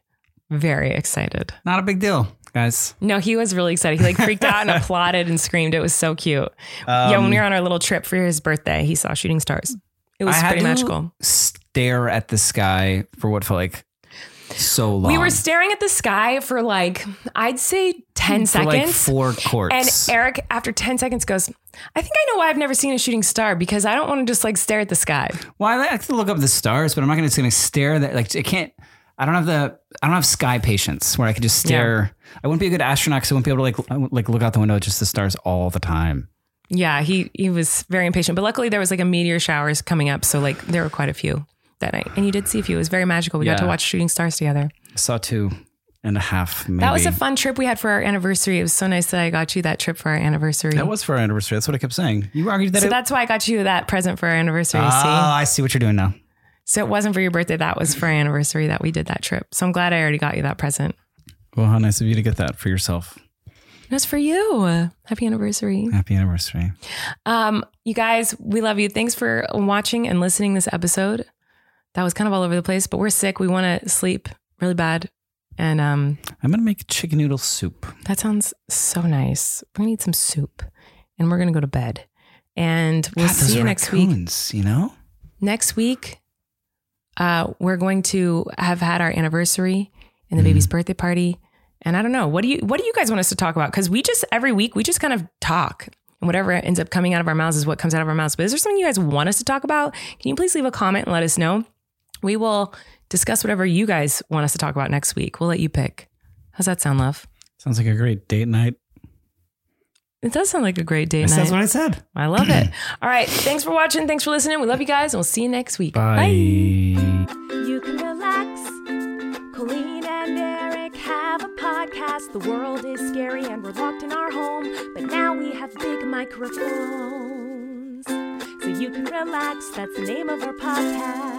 S2: very excited.
S3: not a big deal, guys.
S2: No, he was really excited. He like freaked out and applauded and screamed. It was so cute. yeah, when we were on our little trip for his birthday, he saw shooting stars. It was
S3: Um, I had
S2: pretty
S3: to
S2: magical.
S3: Stare at the sky for what felt like so long.
S2: We were staring at the sky for like, I'd say 10
S3: for
S2: seconds.
S3: like four
S2: and
S3: quarts.
S2: Eric, after 10 seconds, goes, I think I know why I've never seen a shooting star because I don't want to just like stare at the sky.
S3: Well, I like to look up the stars, but I'm not gonna just gonna stare that like it can't I don't have the I don't have sky patience where I could just stare. I wouldn't be a good astronaut because I wouldn't be able to like l- like look out the window at just the stars all the time.
S2: Yeah, he, he was very impatient. But luckily, there was like a meteor showers coming up. So, like, there were quite a few that night. And you did see a few. It was very magical. We got to
S3: Yeah.
S2: watch shooting stars together.
S3: I saw two and a half. Maybe.
S2: That was a fun trip we had for our anniversary. It was so nice that I got you that trip for our anniversary.
S3: That was for our anniversary. That's what I kept saying. You argued that.
S2: so
S3: it,
S2: that's why I got you that present for our anniversary.
S3: oh,
S2: see?
S3: I see what you're doing now.
S2: So it wasn't for your birthday. That was for our anniversary that we did that trip. So I'm glad I already got you that present.
S3: Well, how nice of you to get that for yourself.
S2: And it's for you. Happy anniversary.
S3: Happy anniversary.
S2: Um, you guys, we love you. Thanks for watching and listening this episode. That was kind of all over the place, but we're sick. We want to sleep really bad. And um,
S3: I'm gonna make chicken noodle soup.
S2: That sounds so nice. We're gonna eat some soup and we're gonna go to bed. And we'll
S3: God, those
S2: see you next week.
S3: raccoons, You know,
S2: Next week, uh, we're going to have had our anniversary and the baby's birthday party. And I don't know, what do you what do you guys want us to talk about? Because we just every week we just kind of talk. And whatever ends up coming out of our mouths is what comes out of our mouths. But is there something you guys want us to talk about? Can you please leave a comment and let us know? We will discuss whatever you guys want us to talk about next week. We'll let you pick. How's that sound, love?
S3: sounds like a great date night.
S2: It does sound like a great day night.
S3: That's what I said.
S2: I love it. All right. Thanks for watching. Thanks for listening. We love you guys, and we'll see you next week.
S3: Bye.
S1: You can relax. Colleen and Eric have a podcast. The world is scary and we're locked in our home. But now we have big microphones. So you can relax. That's the name of our podcast.